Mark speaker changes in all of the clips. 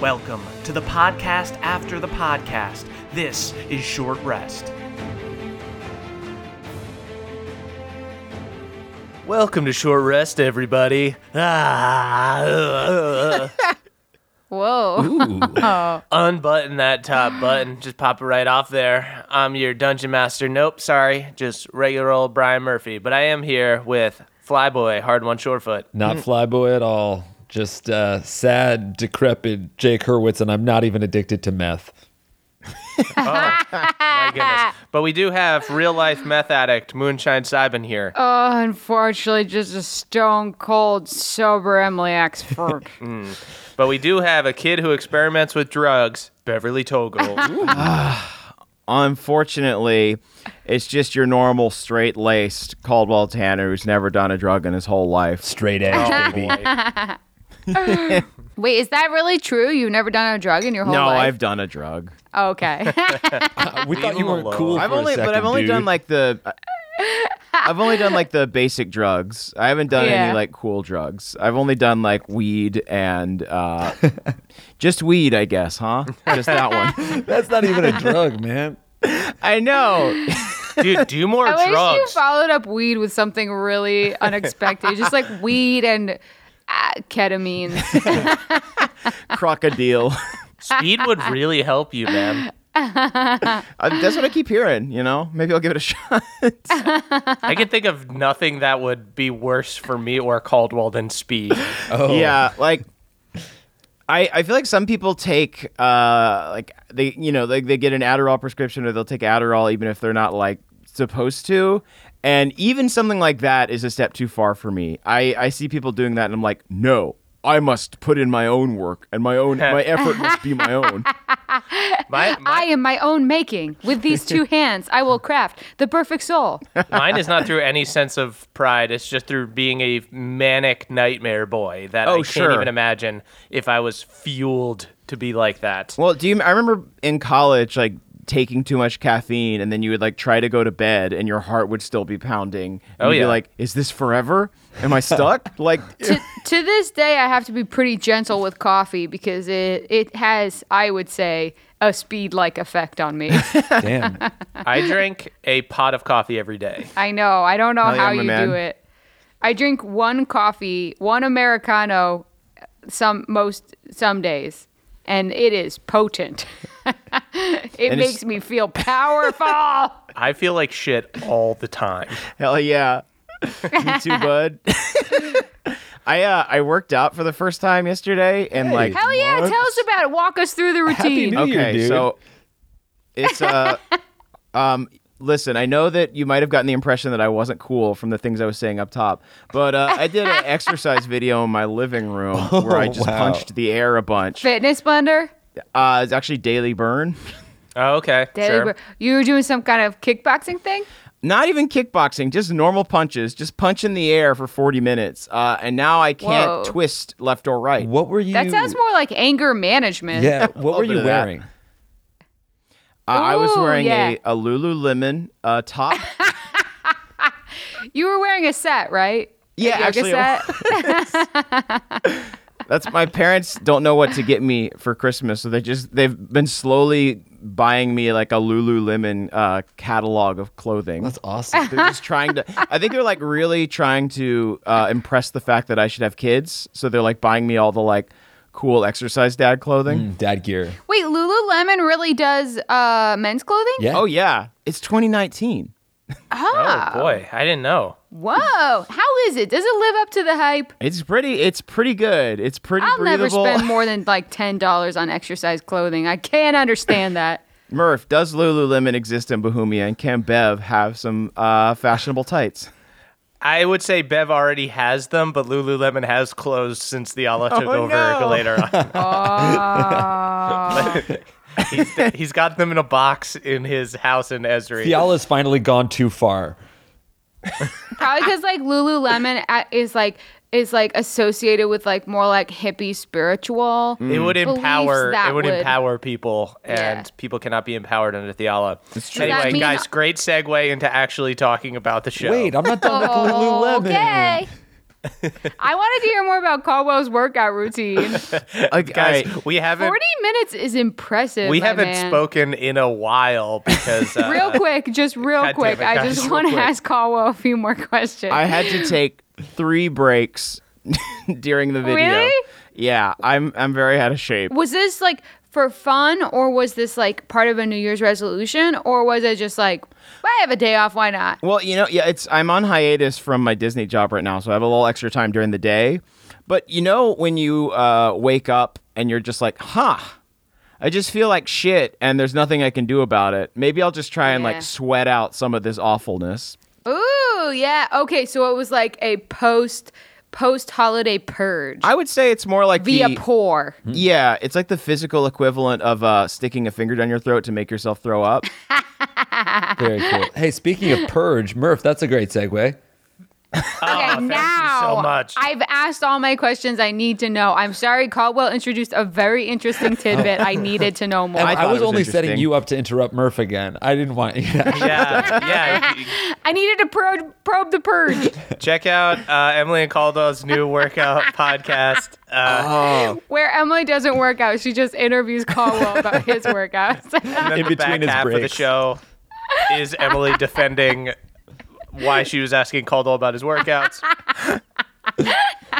Speaker 1: Welcome to the podcast after the podcast. This is Short Rest. Welcome to Short Rest, everybody. Ah, ugh.
Speaker 2: Whoa.
Speaker 1: unbutton that top button. Just pop it right off there. I'm your dungeon master. Nope, sorry. Just regular old Brian Murphy. But I am here with Flyboy, Hard One Shorefoot.
Speaker 3: Mm.
Speaker 4: Not Flyboy at all. Just uh, sad, decrepit Jake Hurwitz, and I'm not even addicted to meth.
Speaker 1: My goodness. But we do have real life meth addict Moonshine Sibin here.
Speaker 2: Oh, unfortunately, just a stone cold, sober Emily Axford.
Speaker 1: But we do have a kid who experiments with drugs, Beverly Toggle.
Speaker 3: Unfortunately, it's just your normal straight laced Caldwell Tanner who's never done a drug in his whole life.
Speaker 4: Straight edge, baby.
Speaker 2: Wait, is that really true? You've never done a drug in your whole
Speaker 3: no, I've
Speaker 2: life?
Speaker 3: done a drug.
Speaker 2: No, I've. Okay.
Speaker 4: we thought you
Speaker 1: him
Speaker 4: were
Speaker 1: alone.
Speaker 4: cool.
Speaker 3: I've
Speaker 4: for a
Speaker 3: only, but
Speaker 4: second,
Speaker 3: I've only
Speaker 4: dude.
Speaker 3: done like the. I've only done like the basic drugs. I haven't done
Speaker 2: Yeah.
Speaker 3: any like cool drugs. I've only done like weed and uh, just weed, I guess, huh? Just that one.
Speaker 4: That's not even a drug, man.
Speaker 3: I know.
Speaker 1: Dude, do more
Speaker 2: I wish you
Speaker 1: drugs.
Speaker 2: followed up weed with something really unexpected, just like weed and uh, ketamine.
Speaker 3: Crocodile.
Speaker 1: Speed would really help you, man.
Speaker 3: Uh, that's what I keep hearing. You know, maybe I'll give it a shot.
Speaker 1: I can think of nothing that would be worse for me or Caldwell than speed.
Speaker 4: Oh,
Speaker 3: Yeah, like I I feel like some people take uh like they you know like they get an Adderall prescription or they'll take Adderall even if they're not like supposed to. And even something like that is a step too far for me. I I see people doing that and I'm like, "No, I must put in my own work and my own my effort must be my own."
Speaker 1: My, my,
Speaker 2: I am my own making. With these two hands, I will craft the perfect soul.
Speaker 1: mine is not through any sense of pride. It's just through being a manic nightmare boy that I
Speaker 3: Oh,
Speaker 1: can't
Speaker 3: sure.
Speaker 1: even imagine if I was fueled to be like that.
Speaker 3: Well, do you? I remember in college, like taking too much caffeine, and then you would like try to go to bed, and your heart would still be pounding. And
Speaker 1: Oh,
Speaker 3: you'd
Speaker 1: yeah.
Speaker 3: Be like, is this forever? Am I stuck? like,
Speaker 2: to, to this day, I have to be pretty gentle with coffee because it, it has, I would say, a speed like effect on me.
Speaker 4: damn.
Speaker 1: I drink a pot of coffee every day.
Speaker 2: I know. I don't know
Speaker 3: Hell yeah,
Speaker 2: how
Speaker 3: my
Speaker 2: you
Speaker 3: man.
Speaker 2: do it. I drink one coffee, one Americano, some most some days, and it is potent. it
Speaker 3: And it's-
Speaker 2: makes me feel powerful.
Speaker 1: I feel like shit all the time.
Speaker 3: Hell yeah. Me too, bud. I uh, I worked out for the first time yesterday and like
Speaker 2: Hell yeah! Tell us about it. Walk us through the routine.
Speaker 4: New- Year,
Speaker 3: okay,
Speaker 4: dude.
Speaker 3: so it's uh um listen, I know that you might have gotten the impression that I wasn't cool from the things I was saying up top, but uh, I did an exercise video in my living room where I
Speaker 4: Oh,
Speaker 3: just
Speaker 4: wow.
Speaker 3: punched the air a bunch.
Speaker 2: Fitness blender.
Speaker 3: Uh, it's actually Daily Burn.
Speaker 1: Oh, okay.
Speaker 2: Daily
Speaker 1: sure.
Speaker 2: bur- You were doing some kind of kickboxing thing.
Speaker 3: not even kickboxing, just normal punches, just punch in the air for 40 minutes. Uh, and now I can't
Speaker 2: Whoa.
Speaker 3: twist left or right.
Speaker 4: What were you?
Speaker 2: That sounds more like anger management.
Speaker 4: Yeah. What were
Speaker 3: bit
Speaker 4: you
Speaker 3: of that.
Speaker 4: wearing?
Speaker 3: Uh, I was
Speaker 2: Ooh,
Speaker 3: wearing
Speaker 2: yeah.
Speaker 3: a, a Lululemon uh, top.
Speaker 2: You were wearing a set, right? A
Speaker 3: Yeah,
Speaker 2: yoga
Speaker 3: actually, I
Speaker 2: set?
Speaker 3: That's my parents don't know what to get me for Christmas, so they just they've been slowly buying me like a Lululemon uh, catalog of clothing.
Speaker 4: That's awesome.
Speaker 3: they're just trying to. I think they're like really trying to uh, impress the fact that I should have kids, so they're like buying me all the like cool exercise dad clothing.
Speaker 4: Dad gear.
Speaker 2: Wait, Lululemon really does uh, men's clothing?
Speaker 4: Yeah.
Speaker 3: Oh yeah, it's 2019.
Speaker 2: Ah.
Speaker 1: Oh boy, I didn't know.
Speaker 2: Whoa! How is it? Does it live up to the hype?
Speaker 3: It's pretty. It's pretty good. It's pretty
Speaker 2: I'll never
Speaker 3: breathable.
Speaker 2: spend more than like ten dollars on exercise clothing. I can't understand that.
Speaker 3: Murph, does Lululemon exist in Bohemia, and can Bev have some uh, fashionable tights?
Speaker 1: I would say Bev already has them, but Lululemon has closed since the Allah took over
Speaker 3: no.
Speaker 1: later on.
Speaker 2: Oh,
Speaker 1: he's, he's got them in a box in his house in Esri.
Speaker 4: Fiala's finally gone too far.
Speaker 2: probably because like Lululemon a- is like is like associated with like more like hippie spiritual.
Speaker 1: It would
Speaker 2: Beliefs
Speaker 1: empower.
Speaker 2: that
Speaker 1: It would,
Speaker 2: would-
Speaker 1: empower people, and
Speaker 2: Yeah.
Speaker 1: people cannot be empowered under the Allah. It's
Speaker 2: true. Does that
Speaker 1: Anyway,
Speaker 2: mean-
Speaker 1: guys, great segue into actually talking about the show.
Speaker 4: Wait, I'm not done with
Speaker 2: Oh,
Speaker 4: Lululemon.
Speaker 2: okay. I wanted to hear more about Caldwell's workout routine.
Speaker 3: Like,
Speaker 1: Guys,
Speaker 3: all right,
Speaker 1: we haven't
Speaker 2: 40 minutes is impressive.
Speaker 1: we
Speaker 2: my
Speaker 1: haven't
Speaker 2: man.
Speaker 1: spoken in a while because uh,
Speaker 2: Real quick, just real
Speaker 1: God damn
Speaker 2: quick.
Speaker 1: it,
Speaker 2: I
Speaker 1: guys,
Speaker 2: just
Speaker 1: real
Speaker 2: want to
Speaker 1: quick.
Speaker 2: ask Caldwell a few more questions.
Speaker 3: I had to take three breaks during the video.
Speaker 2: Really?
Speaker 3: Yeah, I'm I'm very out of shape.
Speaker 2: was this like for fun or was this like part of a New Year's resolution or was it just like, I have a day off, why not?
Speaker 3: Well, you know, yeah, it's I'm on hiatus from my Disney job right now, so I have a little extra time during the day. But you know, when you uh, wake up and you're just like, "Huh, I just feel like shit," and there's nothing I can do about it. Maybe I'll just try and
Speaker 2: Yeah.
Speaker 3: like sweat out some of this awfulness.
Speaker 2: Ooh, yeah. Okay, so it was like a post post holiday purge
Speaker 3: I would say it's more like
Speaker 2: via
Speaker 3: the,
Speaker 2: pour.
Speaker 1: Mm-hmm.
Speaker 3: yeah, it's like the physical equivalent of uh, sticking a finger down your throat to make yourself throw up.
Speaker 4: Very cool. Hey, speaking of purge, Murph, that's a great segue.
Speaker 2: Okay,
Speaker 1: Ah, thank you so
Speaker 2: now
Speaker 1: much.
Speaker 2: I've asked all my questions I need to know. I'm sorry, Caldwell introduced a very interesting tidbit. I needed to know more.
Speaker 4: And I,
Speaker 3: thought
Speaker 4: was,
Speaker 3: it was
Speaker 4: only setting
Speaker 3: interesting.
Speaker 4: you up to interrupt Murph again. I didn't want you. To
Speaker 1: yeah, yeah. y-
Speaker 2: I needed to probe, probe the purge.
Speaker 1: Check out uh, Emily and Caldwell's new workout podcast. Uh,
Speaker 2: Where Emily doesn't work out, she just interviews Caldwell about his workouts.
Speaker 1: and then
Speaker 4: In
Speaker 1: the
Speaker 4: between
Speaker 1: back
Speaker 4: his
Speaker 1: half of the
Speaker 4: breaks.
Speaker 1: show is Emily defending why she was asking Caldwell about his workouts.
Speaker 3: too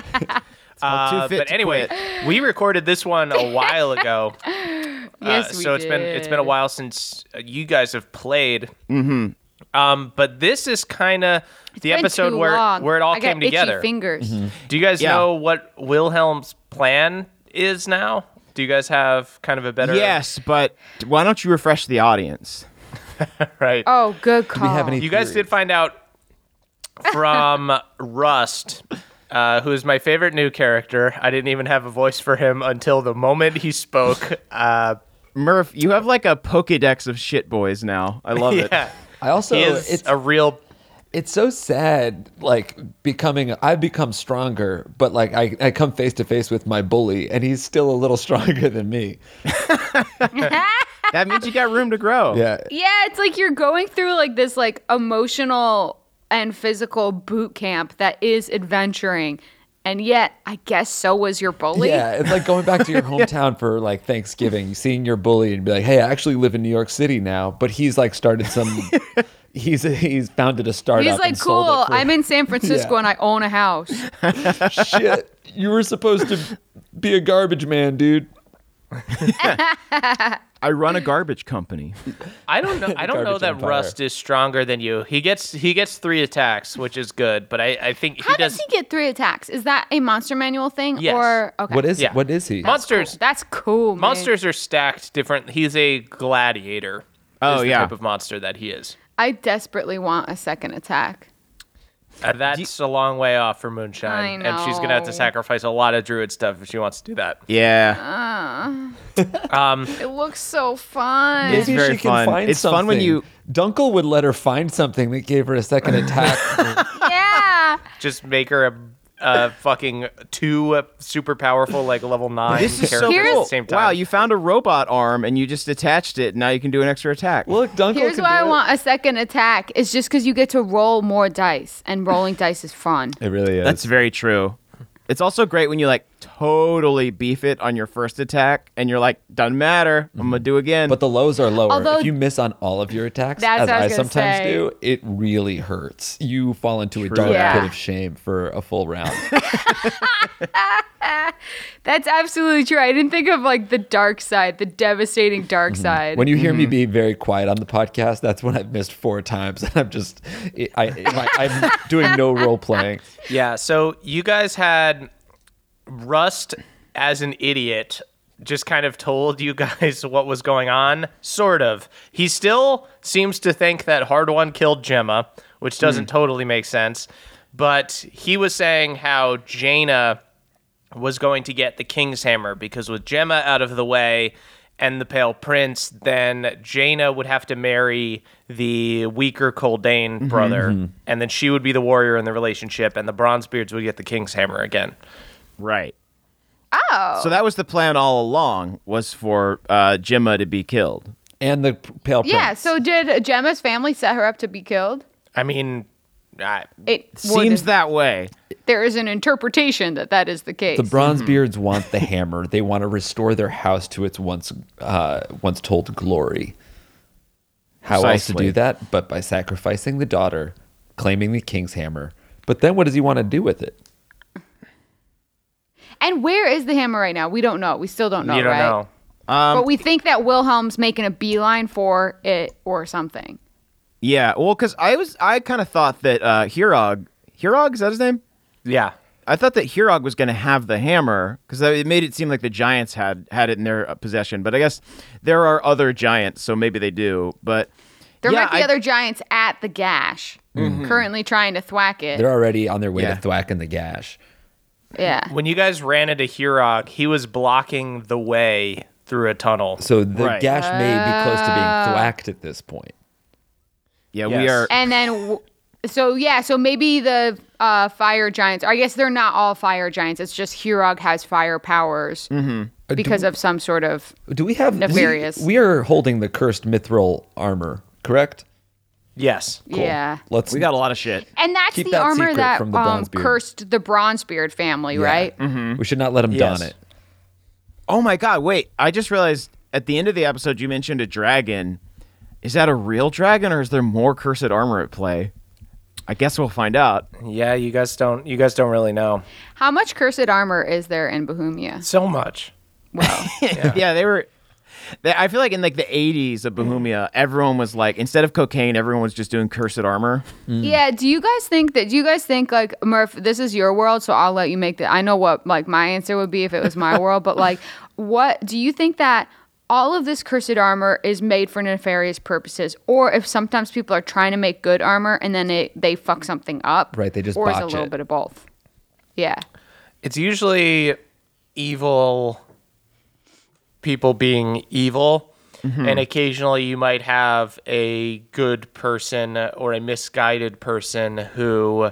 Speaker 1: Uh,
Speaker 3: fit
Speaker 1: but
Speaker 3: to
Speaker 1: anyway, we recorded this one a while ago,
Speaker 2: yes,
Speaker 1: uh,
Speaker 2: we
Speaker 1: so it's been it's been a
Speaker 2: did.
Speaker 1: while since uh, you guys have played. Mm-hmm. Um, but this is kind of the
Speaker 2: Been
Speaker 1: episode
Speaker 2: too
Speaker 1: where
Speaker 2: long.
Speaker 1: where it all
Speaker 2: I got
Speaker 1: came
Speaker 2: itchy
Speaker 1: together.
Speaker 2: Fingers.
Speaker 4: Mm-hmm.
Speaker 1: Do you guys
Speaker 3: Yeah.
Speaker 1: know what Wilhelm's plan is now? Do you guys have kind of a better
Speaker 3: Yes, but why don't you refresh the audience?
Speaker 1: right?
Speaker 2: Oh, good call.
Speaker 4: we have any
Speaker 1: you guys did
Speaker 4: theories?
Speaker 1: find out from Rust, uh, who is my favorite new character. I didn't even have a voice for him until the moment he spoke. Uh,
Speaker 3: Murph, you have like a Pokedex of shit boys now. I love it.
Speaker 1: yeah,
Speaker 4: I also
Speaker 1: he is
Speaker 4: Oh, it's
Speaker 1: a real
Speaker 4: it's so sad like becoming I've become stronger, but like I, I come face to face with my bully and he's still a little stronger than me.
Speaker 3: That means you got room to grow.
Speaker 4: Yeah.
Speaker 2: Yeah, it's like you're going through like this like emotional and physical boot camp that is adventuring. And yet, I guess so was your bully.
Speaker 4: Yeah, it's like going back to your hometown for like Thanksgiving, seeing your bully and be like, "Hey, I actually live in New York City now," but he's like started some he's he's founded a startup.
Speaker 2: He's like,
Speaker 4: and sold it
Speaker 2: cool.
Speaker 4: for-
Speaker 2: I'm in San Francisco
Speaker 4: Yeah.
Speaker 2: and I own a house.
Speaker 4: shit. You were supposed to be a garbage man, dude.
Speaker 3: I run a garbage company.
Speaker 1: I don't know. I don't know
Speaker 4: Garbage
Speaker 1: that
Speaker 4: Empire.
Speaker 1: Rust is stronger than you. He gets he gets three attacks, which is good. But I, I think
Speaker 2: How
Speaker 1: he
Speaker 2: does
Speaker 1: does.
Speaker 2: he get three attacks? Is that a monster manual thing?
Speaker 1: Yes.
Speaker 2: Or okay.
Speaker 4: What is
Speaker 1: Yeah.
Speaker 4: what is he?
Speaker 1: monsters?
Speaker 2: That's cool. man.
Speaker 1: Monsters are stacked different. He's a gladiator.
Speaker 3: Oh,
Speaker 1: is the
Speaker 3: yeah.
Speaker 1: type of monster that he is.
Speaker 2: I desperately want a second attack.
Speaker 1: Uh, that's a long way off for Moonshine,
Speaker 2: I
Speaker 1: and she's gonna have
Speaker 2: know.
Speaker 1: to sacrifice a lot of druid stuff if she wants to do that.
Speaker 3: Yeah.
Speaker 2: It looks so fun.
Speaker 3: It's
Speaker 4: Maybe
Speaker 3: very
Speaker 4: she can
Speaker 3: fun.
Speaker 4: find
Speaker 3: It's
Speaker 4: something.
Speaker 3: fun when you-
Speaker 4: Dunkel would let her find something that gave her a second attack.
Speaker 2: yeah.
Speaker 1: Just make her a, a fucking two uh, super powerful like level nine
Speaker 3: This is so
Speaker 1: characters
Speaker 2: Here's-
Speaker 1: at
Speaker 3: cool.
Speaker 1: the same time.
Speaker 3: Wow, you found a robot arm and you just attached it. And now you can do an extra attack.
Speaker 4: Look, Dunkel.
Speaker 2: Here's
Speaker 4: can
Speaker 2: why I
Speaker 4: do it.
Speaker 2: want a second attack. It's just because you get to roll more dice, and rolling dice is fun.
Speaker 4: It really is.
Speaker 3: that's very true. It's also great when you like totally beef it on your first attack and you're like, doesn't matter. I'm going to do again.
Speaker 4: Mm-hmm. but the lows are lower.
Speaker 2: Although-
Speaker 4: if you miss on all of your attacks,
Speaker 2: That's
Speaker 4: as
Speaker 2: what I
Speaker 4: I,
Speaker 2: was gonna
Speaker 4: sometimes
Speaker 2: say.
Speaker 4: do, it really hurts. You fall into a dark
Speaker 2: Yeah.
Speaker 4: pit of shame for a full round.
Speaker 2: That's absolutely true. I didn't think of like the dark side, the devastating dark side.
Speaker 4: when you hear me be very quiet on the podcast, that's when I've missed four times, and I'm just, I, I, I'm doing no role playing.
Speaker 1: Yeah, so you guys had Rust as an idiot just kind of told you guys what was going on, sort of. He still seems to think that Hard One killed Gemma, which doesn't
Speaker 3: Hmm.
Speaker 1: totally make sense, but he was saying how Jaina was going to get the King's Hammer because with Gemma out of the way and the Pale Prince, then Jaina would have to marry the weaker Coldane brother, and then she would be the warrior in the relationship, and the Bronzebeards would get the King's Hammer again.
Speaker 3: right. Oh. So that was the plan all along was for uh, Gemma to be killed.
Speaker 4: And the p- pale
Speaker 2: yeah.
Speaker 4: prince.
Speaker 2: So did Gemma's family set her up to be killed?
Speaker 1: I mean, I,
Speaker 2: It would-
Speaker 3: Seems that way.
Speaker 2: there is an interpretation that that is the case.
Speaker 4: The Bronzebeards want the hammer. They want to restore their house to its once uh, once told glory. How else to
Speaker 3: Precisely.
Speaker 4: do that? But by sacrificing the daughter, claiming the king's hammer. But then what does he want to do with it?
Speaker 2: and where is the hammer right now? We don't know. We still don't know.
Speaker 1: you don't
Speaker 2: right?
Speaker 1: know.
Speaker 2: but we think that Wilhelm's making a beeline for it or something.
Speaker 3: Yeah. Well, because I was, I kind of thought that uh, Hirog, Hirog is that his name?
Speaker 1: Yeah.
Speaker 3: I thought that Hirog was going to have the hammer because it made it seem like the giants had had it in their uh, possession. But I guess there are other giants, so maybe they do. But
Speaker 2: There
Speaker 3: yeah,
Speaker 2: might be
Speaker 3: I-
Speaker 2: other giants at the gash currently trying to thwack it.
Speaker 4: They're already on their way
Speaker 3: Yeah.
Speaker 4: to thwacking the gash.
Speaker 2: yeah.
Speaker 1: When you guys ran into Hurog, he was blocking the way through a tunnel.
Speaker 4: So the
Speaker 3: Right.
Speaker 4: gash may be close to
Speaker 2: Ah.
Speaker 4: being thwacked at this point.
Speaker 3: Yeah, we
Speaker 1: Yes.
Speaker 3: are.
Speaker 2: And then, w- so yeah, so maybe the uh, fire giants. I guess they're not all fire giants. It's just Hurog has fire powers
Speaker 4: Mm-hmm. Uh,
Speaker 2: because of some sort of.
Speaker 4: Do we have we-
Speaker 2: Nefarious.
Speaker 4: We, are holding the cursed mithril armor, correct?
Speaker 1: Yes.
Speaker 4: Cool.
Speaker 2: Yeah.
Speaker 4: Let's
Speaker 3: We got a lot of shit.
Speaker 2: And that's
Speaker 4: Keep
Speaker 2: the
Speaker 4: that
Speaker 2: armor
Speaker 4: secret
Speaker 2: that
Speaker 4: from the
Speaker 2: um,
Speaker 4: Bronzebeard.
Speaker 2: cursed the Bronzebeard family, right?
Speaker 4: We should not let him
Speaker 1: Yes.
Speaker 4: don it.
Speaker 3: Oh my god! Wait, I just realized at the end of the episode you mentioned a dragon. Is that a real dragon, or is there more cursed armor at play? I guess we'll find out.
Speaker 1: Yeah, you guys don't you guys don't really know.
Speaker 2: How much cursed armor is there in Bohemia?
Speaker 1: So much.
Speaker 3: Yeah, they were. They, I feel like in like the '80s of Bohemia, everyone was like, instead of cocaine, everyone was just doing cursed armor.
Speaker 2: Yeah. Do you guys think that? Do you guys think like Murph? This is your world, so I'll let you make that. I know what like my answer would be if it was my world, but like, what do you think that? All of this cursed armor is made for nefarious purposes, or if sometimes people are trying to make good armor and then it, they fuck something up,
Speaker 4: Right, they just
Speaker 2: or is a
Speaker 4: botch
Speaker 2: little
Speaker 4: it.
Speaker 2: bit of both. Yeah,
Speaker 1: It's usually evil people being evil. And occasionally you might have a good person or a misguided person who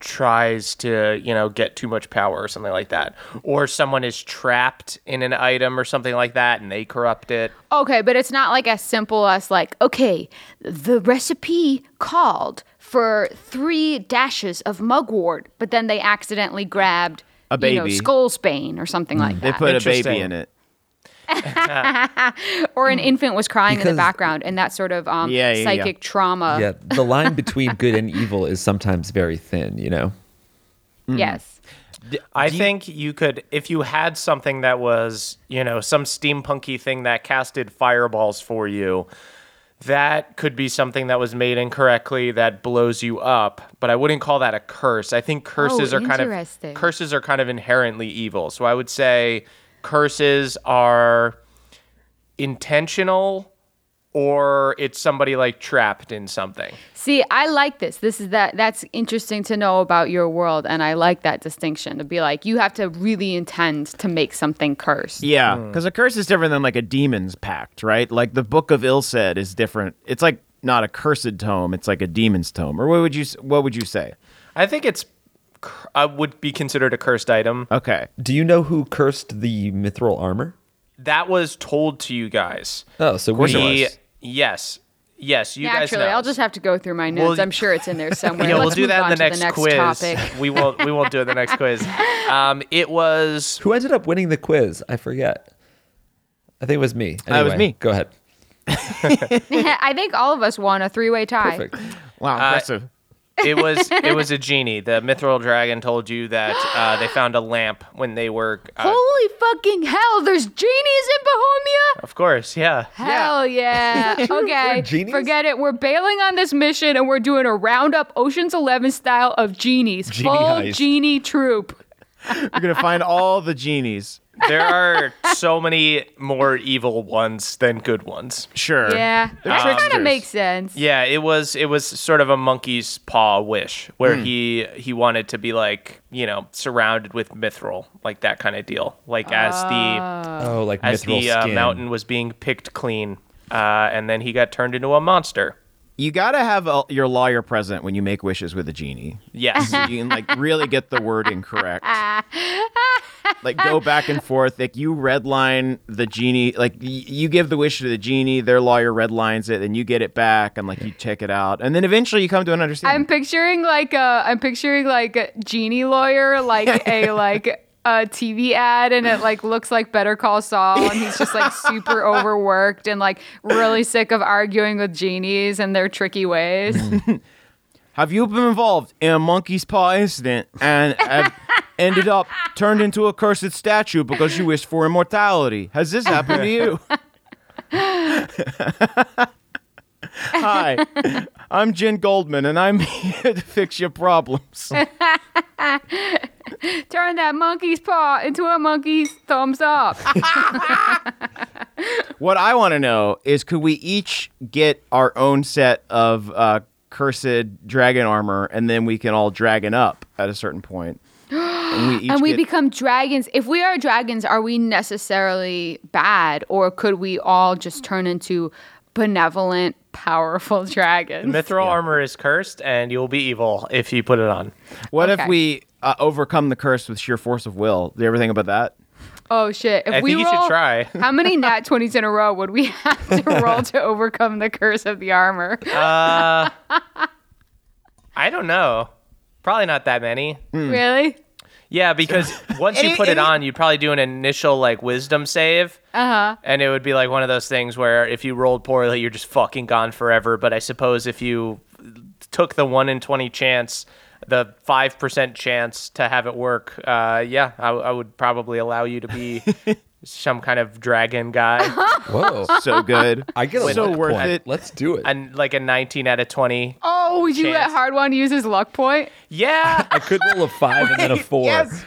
Speaker 1: tries to, you know, get too much power or something like that. Or someone is trapped in an item or something like that and they corrupt it.
Speaker 2: okay, but it's not like as simple as like, okay, the recipe called for three dashes of mugwort, but then they accidentally grabbed
Speaker 3: A
Speaker 2: you know,
Speaker 3: baby. Mm.
Speaker 2: skullsbane or something like
Speaker 3: They
Speaker 2: that.
Speaker 3: put a baby
Speaker 1: Interesting.
Speaker 3: in it.
Speaker 2: or an infant was crying in
Speaker 4: Because-
Speaker 2: the background and that sort of um,
Speaker 3: Yeah, yeah, yeah.
Speaker 2: psychic trauma
Speaker 4: Yeah, the line between good and evil is sometimes very thin, you know? Mm.
Speaker 2: yes
Speaker 1: I think you could, if you had something that was, you know, some steampunky thing that casted fireballs for you, that could be something that was made incorrectly that blows you up. But I wouldn't call that a curse. I think curses
Speaker 2: Oh,
Speaker 1: are kind
Speaker 2: interesting.
Speaker 1: of curses are kind of inherently evil. So I would say curses are intentional, or it's somebody like trapped in something.
Speaker 2: see i like this this is that that's interesting to know about your world and i like that distinction to be like you have to really intend to make something cursed
Speaker 3: Yeah, because a curse is different than like a demon's pact, right? Like the Book of Ill said is different. It's like not a cursed tome; it's like a demon's tome. Or what would you s- what would you say?
Speaker 1: I think it's cur- I would be considered a cursed item.
Speaker 3: Okay,
Speaker 4: Do you know who cursed the mithril armor?
Speaker 1: that was told to you guys.
Speaker 4: Oh, so we
Speaker 1: The- yes, yes, you guys
Speaker 2: naturally
Speaker 1: know.
Speaker 2: i'll just have to go through my notes
Speaker 1: Well,
Speaker 2: i'm sure it's in there somewhere
Speaker 1: yeah, we'll
Speaker 2: Let's
Speaker 1: do
Speaker 2: move
Speaker 1: that in
Speaker 2: on
Speaker 1: the
Speaker 2: to
Speaker 1: next, quiz.
Speaker 2: topic
Speaker 1: we won't. We won't do it in the next quiz. Um, it was
Speaker 4: Who ended up winning the quiz? I forget. I think it was me.
Speaker 3: Uh, it was
Speaker 4: Anyway,
Speaker 3: me.
Speaker 4: Go ahead.
Speaker 2: i think all of us won a three-way tie
Speaker 4: Perfect.
Speaker 3: wow, impressive.
Speaker 1: it was it was a genie. The mithril dragon told you that uh, they found a lamp when they were. Uh,
Speaker 2: holy fucking hell there's genies in bohemia
Speaker 1: of course, yeah.
Speaker 2: Hell yeah. Okay.
Speaker 4: genies?
Speaker 2: Forget it. We're bailing on this mission and we're doing a roundup Ocean's 11 style of genies.
Speaker 4: Genie
Speaker 2: Full
Speaker 4: heist.
Speaker 2: genie troop.
Speaker 3: You're gonna find all the genies.
Speaker 1: There are so many more evil ones than good ones.
Speaker 3: Sure.
Speaker 2: Yeah. That kind of
Speaker 3: tricksters.
Speaker 2: makes sense.
Speaker 1: Yeah, it was it was sort of a monkey's paw wish
Speaker 4: Hmm.
Speaker 1: where he he wanted to be like you know surrounded with mithril like that kind of deal like as the
Speaker 4: Oh, like
Speaker 1: as
Speaker 4: mithril
Speaker 1: the uh,
Speaker 4: skin.
Speaker 1: mountain was being picked clean uh, and then he got turned into a monster.
Speaker 3: You gotta have a, your lawyer present when you make wishes with a genie.
Speaker 1: Yes.
Speaker 3: So you can like really get the wording correct. like go back and forth. Like you redline the genie, like y- you give the wish to the genie, their lawyer redlines it, and you get it back, and like you check it out, and then eventually you come to an
Speaker 2: I'm
Speaker 3: understanding.
Speaker 2: picturing like a I'm picturing like a genie lawyer, like a like a TV ad, and it like looks like Better Call Saul, and he's just like super overworked and like really sick of arguing with genies and their tricky ways.
Speaker 1: Mm-hmm.
Speaker 3: Have you been involved in a monkey's paw incident and have ended up turned into a cursed statue because you wished for immortality? Has this happened to you? Hi, I'm Jen Goldman, and I'm here to fix your problems.
Speaker 2: Turn that monkey's paw into a monkey's thumbs up.
Speaker 3: What I want to know is could we each get our own set of uh, cursed dragon armor and then we can all dragon up at a certain point? And we, each
Speaker 2: and we
Speaker 3: get-
Speaker 2: become dragons. If we are dragons, are we necessarily bad, or could we all just turn into benevolent, powerful dragons?
Speaker 1: Mithril armor is cursed, and you'll be evil if you put it on.
Speaker 3: What if
Speaker 2: okay.
Speaker 3: we uh, overcome the curse with sheer force of will? Do you ever think about that?
Speaker 2: Oh shit! If
Speaker 1: I
Speaker 2: we
Speaker 1: think you
Speaker 2: roll,
Speaker 1: should try.
Speaker 2: How many nat twenties in a row would we have to roll to overcome the curse of the armor?
Speaker 1: I don't know. Probably not that many.
Speaker 4: Hmm.
Speaker 2: Really?
Speaker 1: Yeah, because once you
Speaker 3: Any-
Speaker 1: put it
Speaker 3: any-
Speaker 1: on, you'd probably do an initial like wisdom save.
Speaker 3: Uh-huh.
Speaker 1: Uh huh. And it would be like one of those things where if you rolled poorly, you're just fucking gone forever. But I suppose if you took the one in twenty chance, the five percent chance to have it work, uh, yeah, I, I would probably allow you to be some kind of dragon
Speaker 3: Uh-huh.
Speaker 1: guy,
Speaker 4: Whoa.
Speaker 3: So good.
Speaker 4: I get a
Speaker 3: so
Speaker 4: luck
Speaker 3: worth
Speaker 4: point.
Speaker 3: it.
Speaker 4: Let's do it.
Speaker 1: and like a nineteen out of twenty.
Speaker 2: Oh, would you let
Speaker 1: Chance.
Speaker 2: Hard One use his luck point?
Speaker 1: Yeah,
Speaker 4: I could roll a five and then a four.
Speaker 3: yes.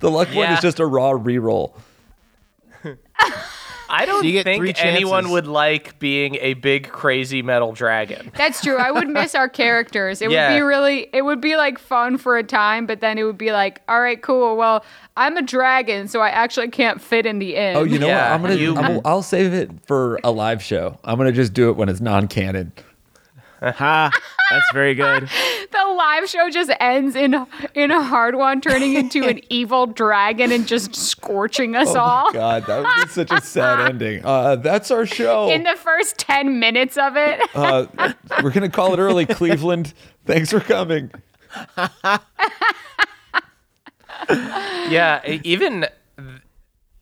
Speaker 4: The luck point
Speaker 1: Yeah.
Speaker 4: is just a raw reroll.
Speaker 1: I don't
Speaker 3: you get three
Speaker 1: think
Speaker 3: chances.
Speaker 1: anyone would like being a big crazy metal dragon.
Speaker 2: That's true. I would miss our characters. It would
Speaker 1: Yeah.
Speaker 2: be really, it would be like fun for a time, but then it would be like, all right, cool. Well, I'm a dragon, so I actually can't fit in the inn.
Speaker 4: Oh, you know
Speaker 1: Yeah,
Speaker 4: what? I'm gonna.
Speaker 1: you-
Speaker 4: I'm, I'll save it for a live show. I'm gonna just do it when it's non-canon.
Speaker 3: Ha. That's very good.
Speaker 2: the live show just ends in in a Hard One turning into an evil dragon and just scorching us all.
Speaker 4: Oh God, that would be such a sad ending. Uh, that's our show.
Speaker 2: In the first 10 minutes of it.
Speaker 4: uh, we're gonna call it early, Cleveland. Thanks for coming.
Speaker 1: Yeah, e- even th-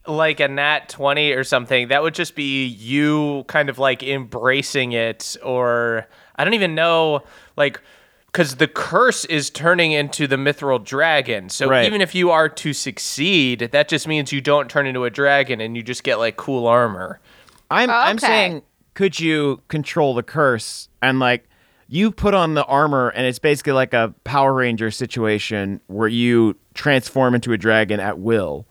Speaker 1: like a nat 20 or something, that would just be you kind of like embracing it or I don't even know like cuz the curse is turning into the mithril dragon. So
Speaker 3: Right.
Speaker 1: even if you are to succeed, that just means you don't turn into a dragon and you just get like cool armor.
Speaker 3: I'm I'm
Speaker 2: Okay.
Speaker 3: saying could you control the curse and like you put on the armor and it's basically like a Power Ranger situation where you transform into a dragon at will.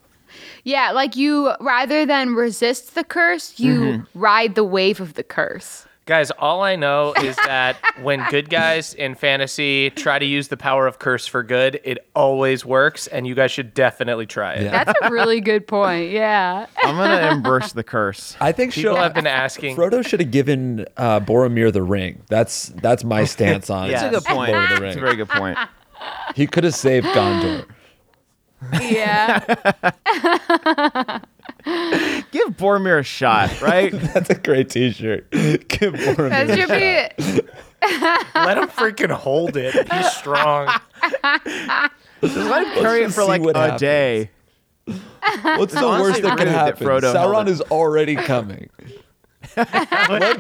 Speaker 2: Yeah, like you rather than resist the curse, you
Speaker 3: Mm-hmm.
Speaker 2: ride the wave of the curse.
Speaker 1: Guys, all I know is that when good guys in fantasy try to use the power of curse for good, it always works and you guys should definitely try it.
Speaker 4: Yeah.
Speaker 2: That's a really good point. Yeah.
Speaker 3: I'm gonna embrace the curse.
Speaker 4: I think
Speaker 1: People
Speaker 4: she'll-
Speaker 1: have been asking
Speaker 4: Frodo should have given uh, Boromir the ring. That's that's my stance on
Speaker 1: That's
Speaker 4: it.
Speaker 1: a good
Speaker 4: Lord of the
Speaker 3: That's a
Speaker 4: Ring.
Speaker 3: very good point.
Speaker 4: He could have saved Gondor.
Speaker 2: Yeah.
Speaker 3: Give Boromir a shot, right?
Speaker 4: That's a great T-shirt. Give Boromir.
Speaker 2: That
Speaker 4: a
Speaker 2: should
Speaker 4: shot.
Speaker 2: be
Speaker 1: Let him freaking hold it. He's strong.
Speaker 3: Just let him carry it
Speaker 4: just
Speaker 3: for
Speaker 4: see
Speaker 3: like
Speaker 4: what
Speaker 3: a
Speaker 4: happens.
Speaker 3: day.
Speaker 4: What's the
Speaker 3: honestly
Speaker 4: worst that could
Speaker 3: rude that
Speaker 4: happen?
Speaker 3: Frodo held
Speaker 4: Sauron
Speaker 3: it.
Speaker 4: is already coming. Let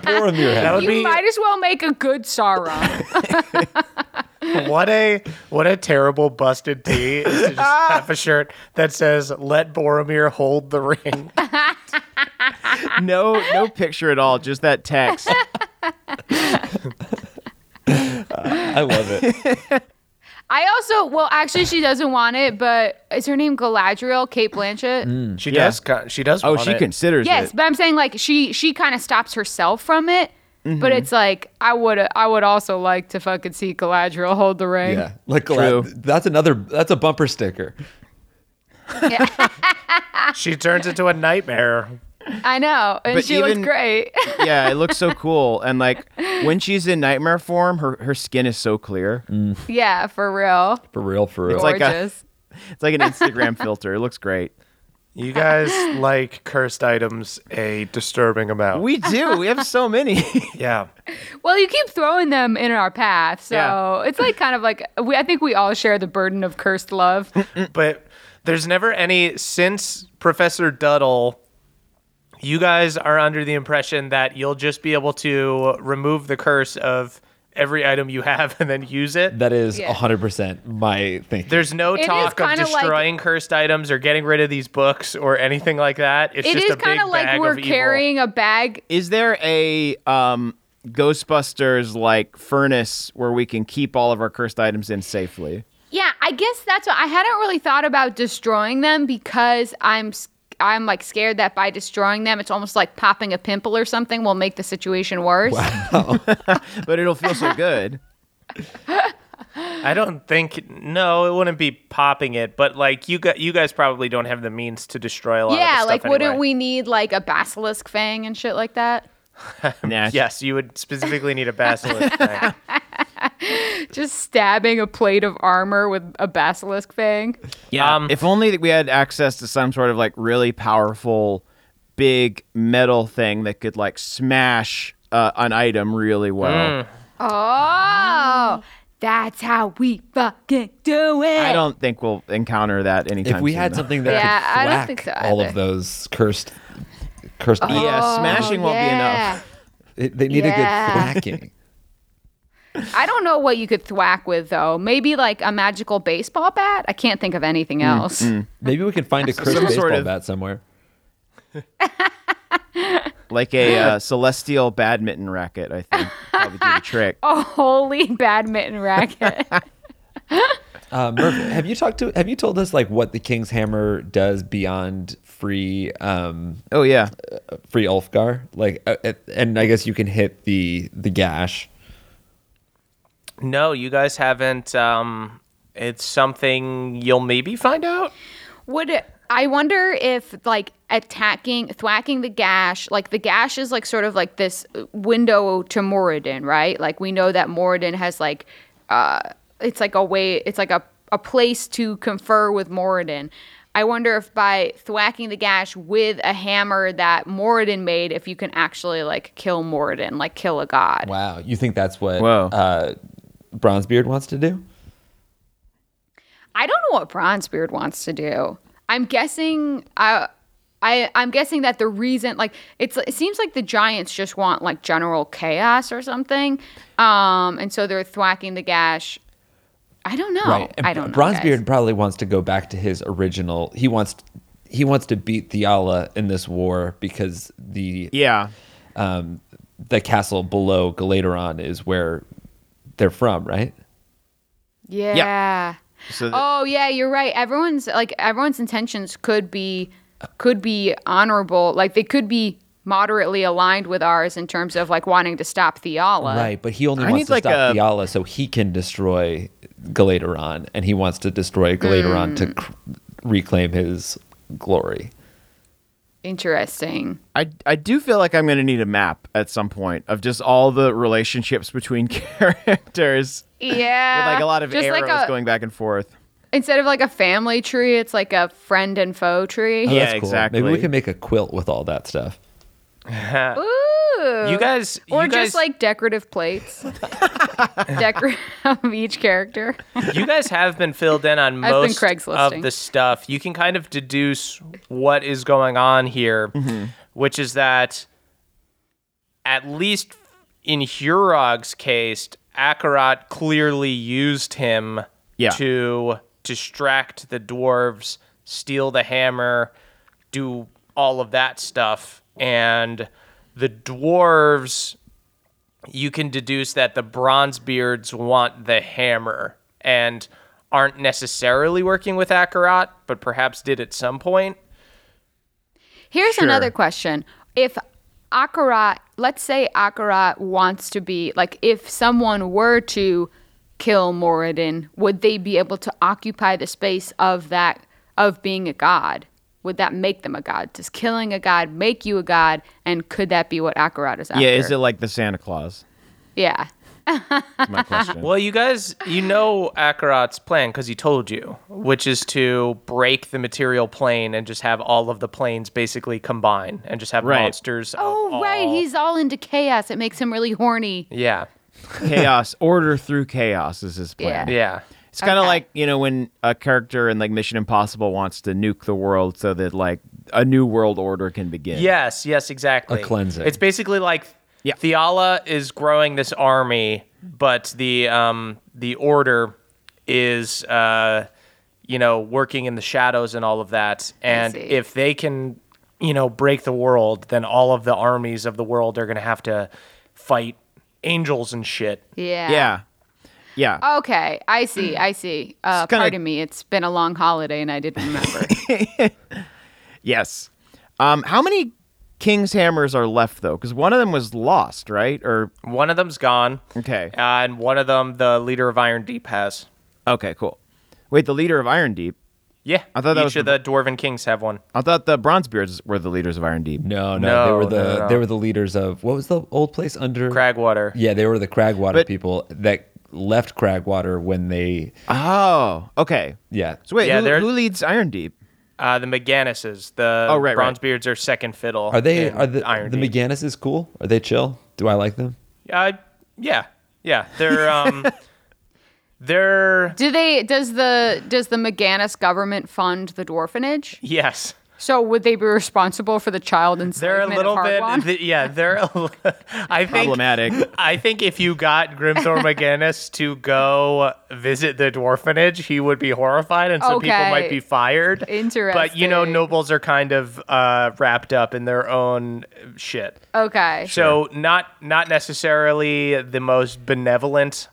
Speaker 4: Boromir have
Speaker 1: would
Speaker 2: you might as well make a good Sauron.
Speaker 1: what a what a terrible busted tee is to just
Speaker 3: Ah.
Speaker 1: have a shirt that says "Let Boromir hold the ring."
Speaker 3: Hmm. No, no picture at all. Just that text.
Speaker 4: I love it.
Speaker 2: I also well actually she doesn't want it, but is her name Galadriel, Kate Blanchett?
Speaker 1: She
Speaker 3: Yeah.
Speaker 1: does. co- She does.
Speaker 3: Oh,
Speaker 1: want
Speaker 3: she
Speaker 1: it.
Speaker 3: considers
Speaker 2: Yes,
Speaker 3: it.
Speaker 2: but I'm saying like she she kind of stops herself from it.
Speaker 3: Mm-hmm.
Speaker 2: But it's like I would I would also like to fucking see Galadriel hold the ring.
Speaker 4: Yeah, like
Speaker 3: True.
Speaker 4: that's another that's a bumper sticker.
Speaker 1: She turns into a nightmare.
Speaker 2: I know, and
Speaker 3: But
Speaker 2: she looks
Speaker 3: even-
Speaker 2: great.
Speaker 3: yeah, it looks so cool. And like when she's in nightmare form, her her skin is so clear.
Speaker 4: Mm.
Speaker 2: yeah, for real.
Speaker 4: For real, for real.
Speaker 3: like a-
Speaker 2: Gorgeous.
Speaker 3: It's like an Instagram filter. It looks great.
Speaker 5: You guys like cursed items a disturbing amount.
Speaker 3: We do. We have so many.
Speaker 5: yeah.
Speaker 2: Well, you keep throwing them in our path, so
Speaker 3: Yeah.
Speaker 2: it's like kind of like we, I think we all share the burden of cursed love.
Speaker 3: Mm.
Speaker 1: but there's never any since Professor Duddle. You guys are under the impression that you'll just be able to remove the curse of every item you have and then use it.
Speaker 4: That is
Speaker 2: Yeah.
Speaker 4: 100% my thinking.
Speaker 1: There's no
Speaker 2: It is
Speaker 1: talk of
Speaker 2: kinda like-
Speaker 1: destroying cursed items or getting rid of these books or anything like that. It's
Speaker 2: It
Speaker 1: just
Speaker 2: is
Speaker 1: a big
Speaker 2: kind of like
Speaker 1: bag
Speaker 2: we're
Speaker 1: of evil.
Speaker 2: carrying a bag.
Speaker 3: Is there a um, Ghostbusters like furnace where we can keep all of our cursed items in safely?
Speaker 2: Yeah, I guess that's what I hadn't really thought about destroying them because I'm s- I'm like scared that by destroying them, it's almost like popping a pimple or something will make the situation worse.
Speaker 3: But it'll feel so good.
Speaker 1: I don't think no, it wouldn't be popping it, but like you got you guys probably don't have the means to destroy a lot
Speaker 2: Yeah,
Speaker 1: of the stuff
Speaker 2: like wouldn't
Speaker 1: anyway.
Speaker 2: we need like a basilisk fang and shit like that?
Speaker 3: Nah.
Speaker 1: Yes, you would specifically need a basilisk. thing.
Speaker 2: Just stabbing a plate of armor with a basilisk fang.
Speaker 3: Yeah.
Speaker 1: Um,
Speaker 3: if only that we had access to some sort of like really powerful big metal thing that could like smash uh, an item really
Speaker 4: Mm.
Speaker 3: well.
Speaker 2: Oh, that's how we fucking do it.
Speaker 3: I don't think we'll encounter that anytime
Speaker 4: if we
Speaker 3: soon,
Speaker 4: had
Speaker 3: though.
Speaker 4: something that
Speaker 2: Yeah, I
Speaker 4: could
Speaker 2: don't
Speaker 4: whack
Speaker 2: think so
Speaker 4: all
Speaker 2: either. Oh.
Speaker 4: of those cursed cursed
Speaker 3: Yeah,
Speaker 4: items,
Speaker 3: smashing won't be enough.
Speaker 4: it- they need
Speaker 2: Yeah.
Speaker 4: a good thwacking.
Speaker 2: I don't know what you could thwack with though. Maybe like a magical baseball bat. I can't think of anything
Speaker 3: Mm,
Speaker 2: else.
Speaker 4: Maybe we can find a cursed
Speaker 3: Some
Speaker 4: baseball
Speaker 3: sort of-
Speaker 4: bat somewhere.
Speaker 3: like a uh, celestial badminton racket. I think probably do the trick.
Speaker 2: A holy badminton racket.
Speaker 4: Uh, Merv, have you talked to? Have you told us like what the King's Hammer does beyond free um,
Speaker 3: Oh yeah,
Speaker 4: free Ulfgar? Like, uh, uh, and I guess you can hit the the gash.
Speaker 1: no, you guys haven't. Um, it's something you'll maybe find out.
Speaker 2: Would it, I wonder if like attacking, thwacking the gash, like the gash is like sort of like this window to Moradin, right? Like we know that Moradin has like, uh, it's like a way, it's like a, a place to confer with Moradin. I wonder if by thwacking the gash with a hammer that Moradin made, if you can actually like kill Moradin, like kill a god.
Speaker 4: Wow, you think that's what
Speaker 3: Whoa.
Speaker 4: uh, Bronzebeard wants to do?
Speaker 2: I don't know what Bronzebeard wants to do. I'm guessing I I I'm guessing that the reason like it's it seems like the giants just want like general chaos or something. Um and so they're thwacking the gash. I don't know.
Speaker 4: And
Speaker 2: I don't know. guys.
Speaker 4: Bronzebeard probably wants to go back to his original. He wants he wants to beat Theala in this war because the
Speaker 3: yeah.
Speaker 4: um, the castle below Galateron is where they're from, right?
Speaker 2: Yeah.
Speaker 3: So th-
Speaker 2: Oh yeah, you're right. Everyone's like everyone's intentions could be could be honorable. Like they could be moderately aligned with ours in terms of like wanting to stop Theala.
Speaker 4: Right, but he only
Speaker 3: I
Speaker 4: wants
Speaker 3: need,
Speaker 4: to
Speaker 3: like,
Speaker 4: stop
Speaker 3: a-
Speaker 4: Theala so he can destroy Galateron, and he wants to destroy Galateron
Speaker 3: Mm.
Speaker 4: to cr- reclaim his glory.
Speaker 2: Interesting.
Speaker 3: I I do feel like I'm gonna need a map at some point of just all the relationships between characters with
Speaker 2: Yeah.
Speaker 3: like a lot of
Speaker 2: Just
Speaker 3: arrows
Speaker 2: like a-
Speaker 3: going back and forth.
Speaker 2: Instead of like a family tree, it's like a friend and foe tree.
Speaker 4: Oh,
Speaker 3: Yeah,
Speaker 4: that's cool. Maybe
Speaker 3: exactly.
Speaker 4: we can make a quilt with all that stuff.
Speaker 2: Ooh.
Speaker 1: You guys,
Speaker 2: Or
Speaker 1: you
Speaker 2: just
Speaker 1: guys,
Speaker 2: like decorative plates. Decorative of each character.
Speaker 1: you guys have been filled in on
Speaker 2: been
Speaker 1: most
Speaker 2: Craigslisting.
Speaker 1: of the stuff. You can kind of deduce what is going on here, which is that at least in Hurog's case, Akarat clearly used him
Speaker 3: Yeah.
Speaker 1: to distract the dwarves, steal the hammer, do all of that stuff. And the dwarves, you can deduce that the Bronzebeards want the hammer and aren't necessarily working with Akarat, but perhaps did at some point.
Speaker 2: Here's
Speaker 1: Sure.
Speaker 2: another question. If Akarat, let's say Akarat wants to be, like, if someone were to kill Moradin, would they be able to occupy the space of that, of being a god? Would that make them a god? Does killing a god make you a god? And could that be what Akarat is after?
Speaker 3: Yeah, is it like the Santa Claus?
Speaker 2: Yeah.
Speaker 4: Is my question.
Speaker 1: Well, you guys, you know Akarat's plan because he told you, which is to break the material plane and just have all of the planes basically combine and just have
Speaker 3: Right.
Speaker 1: monsters. of
Speaker 2: Oh, right.
Speaker 1: all-
Speaker 2: He's all into chaos. It makes him really horny.
Speaker 1: yeah,
Speaker 3: chaos, order through chaos is his plan.
Speaker 2: Yeah.
Speaker 1: yeah.
Speaker 3: It's kind of
Speaker 2: Okay.
Speaker 3: like you know when a character in like Mission Impossible wants to nuke the world so that like a new world order can begin.
Speaker 1: Yes, yes, exactly.
Speaker 4: A cleansing.
Speaker 1: It's basically like
Speaker 3: Yeah.
Speaker 1: Theala is growing this army, but the um the order is uh you know working in the shadows and all of that. And
Speaker 2: see.
Speaker 1: if they can you know break the world, then all of the armies of the world are going to have to fight angels and shit.
Speaker 2: Yeah. Uh,
Speaker 3: Yeah. Yeah.
Speaker 2: Okay, I see. I see. Uh,
Speaker 3: It's kinda-
Speaker 2: Pardon me. It's been a long holiday and I didn't remember.
Speaker 3: yes. Um, how many king's hammers are left though? Because one of them was lost, right? Or
Speaker 1: One of them's gone.
Speaker 3: Okay.
Speaker 1: Uh, and one of them the leader of Iron Deep has.
Speaker 3: okay, cool. Wait, the leader of Iron Deep.
Speaker 1: Yeah.
Speaker 3: I thought that
Speaker 1: each
Speaker 3: was
Speaker 1: of
Speaker 3: the-
Speaker 1: the Dwarven kings have one.
Speaker 3: I thought the Bronzebeards were the leaders of Iron Deep.
Speaker 4: no, no, they
Speaker 1: No,
Speaker 4: were the
Speaker 1: no, no, no.
Speaker 4: they were the leaders of what was the old place under
Speaker 1: Cragwater.
Speaker 4: Yeah, they were the Cragwater
Speaker 3: But-
Speaker 4: people that left Cragwater when they
Speaker 3: Oh, okay.
Speaker 4: yeah.
Speaker 3: So wait,
Speaker 1: Yeah,
Speaker 3: who,
Speaker 1: they're-
Speaker 3: who leads Iron Deep?
Speaker 1: Uh, the Meganises, the
Speaker 3: Oh, right, right.
Speaker 1: Bronzebeards are second fiddle.
Speaker 4: Are they
Speaker 1: in
Speaker 4: are the
Speaker 1: Iron
Speaker 4: the
Speaker 1: Deep.
Speaker 4: McGannis is cool? Are they chill? Do I like them?
Speaker 1: Uh, yeah, yeah. They're um, they're
Speaker 2: Do they? Does the does the McGannis government fund the dwarfenage?
Speaker 1: yes.
Speaker 2: So would they be responsible for the child
Speaker 1: They're a
Speaker 2: enslavement
Speaker 1: little
Speaker 2: of
Speaker 1: bit
Speaker 2: Harwan?
Speaker 1: th- yeah. They're a li- I think
Speaker 3: Problematic.
Speaker 1: I think if you got Grimthor McGinnis to go visit the dwarfenage, he would be horrified, and some people
Speaker 2: Okay.
Speaker 1: might be fired. But you know,
Speaker 2: Interesting.
Speaker 1: nobles are kind of uh, wrapped up in their own shit.
Speaker 2: okay.
Speaker 1: So not not necessarily the most benevolent,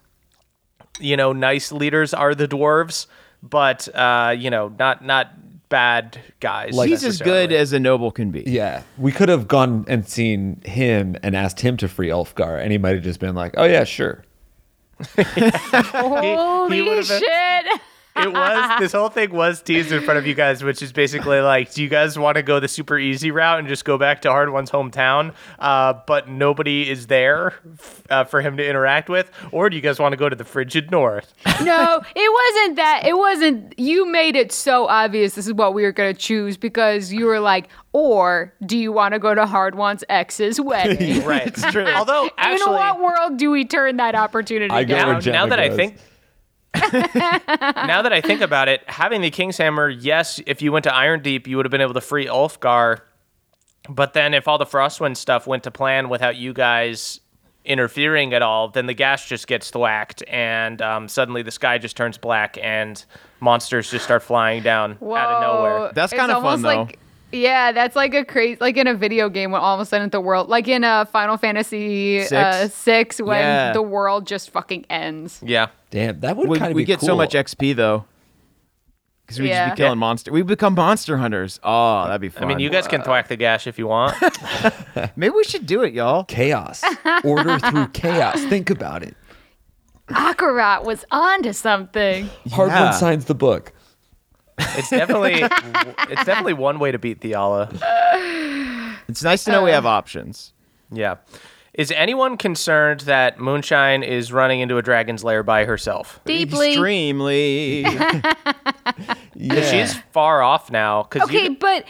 Speaker 1: you know, nice leaders are the dwarves, but uh, you know, not not bad guys.
Speaker 4: Like-
Speaker 3: He's as good
Speaker 1: necessarily.
Speaker 3: as a noble can be.
Speaker 4: Yeah, we could have gone and seen him and asked him to free Ulfgar, and he might have just been like, "Oh yeah, sure."
Speaker 2: Holy
Speaker 1: would've been-
Speaker 2: shit!
Speaker 1: it was this whole thing was teased in front of you guys, which is basically like, do you guys want to go the super easy route and just go back to Hard One's hometown, uh, but nobody is there f- uh, for him to interact with, or do you guys want to go to the frigid north?
Speaker 2: no, it wasn't that. It wasn't. You made it so obvious. This is what we were gonna choose because you were like, or do you want to go to Hardwan's ex's wedding?
Speaker 1: Right, it's true. Although actually,
Speaker 2: In what world do we turn that opportunity
Speaker 4: I go
Speaker 2: down?
Speaker 4: where
Speaker 1: now,
Speaker 4: Gemma
Speaker 1: now that I
Speaker 4: goes.
Speaker 1: think now that I think about it, having the King's Hammer, yes, if you went to Iron Deep, you would have been able to free Ulfgar. But then if all the Frostwind stuff went to plan without you guys interfering at all, then the gas just gets thwacked and um, suddenly the sky just turns black and monsters just start flying down out of nowhere.
Speaker 3: That's
Speaker 2: It's
Speaker 3: kinda fun,
Speaker 2: almost
Speaker 3: though.
Speaker 2: Like, yeah, that's like a crazy, like in a video game when all of a sudden the world, like in uh, Final Fantasy
Speaker 3: Six.
Speaker 2: uh, six, when
Speaker 3: Yeah.
Speaker 2: the world just fucking ends.
Speaker 1: Yeah.
Speaker 4: Damn, that would
Speaker 3: We,
Speaker 4: kind of
Speaker 3: we
Speaker 4: be
Speaker 3: get so
Speaker 4: cool.
Speaker 3: much XP though. Because we
Speaker 2: Yeah.
Speaker 3: just be killing monster. We become monster hunters. Oh, that'd be fun.
Speaker 1: I mean, you guys can thwack the gash if you want.
Speaker 3: Maybe we should do it, y'all.
Speaker 4: chaos. Order through chaos. Think about it.
Speaker 2: Akarat was onto something.
Speaker 4: Hard
Speaker 3: Yeah.
Speaker 4: one signs the book.
Speaker 1: It's definitely it's definitely one way to beat Theala.
Speaker 3: It's nice to know
Speaker 2: Uh,
Speaker 3: we have options.
Speaker 1: Yeah. Is anyone concerned that Moonshine is running into a dragon's lair by herself?
Speaker 2: Deeply.
Speaker 3: Extremely.
Speaker 4: Yeah.
Speaker 1: She's far off now because
Speaker 2: Okay, but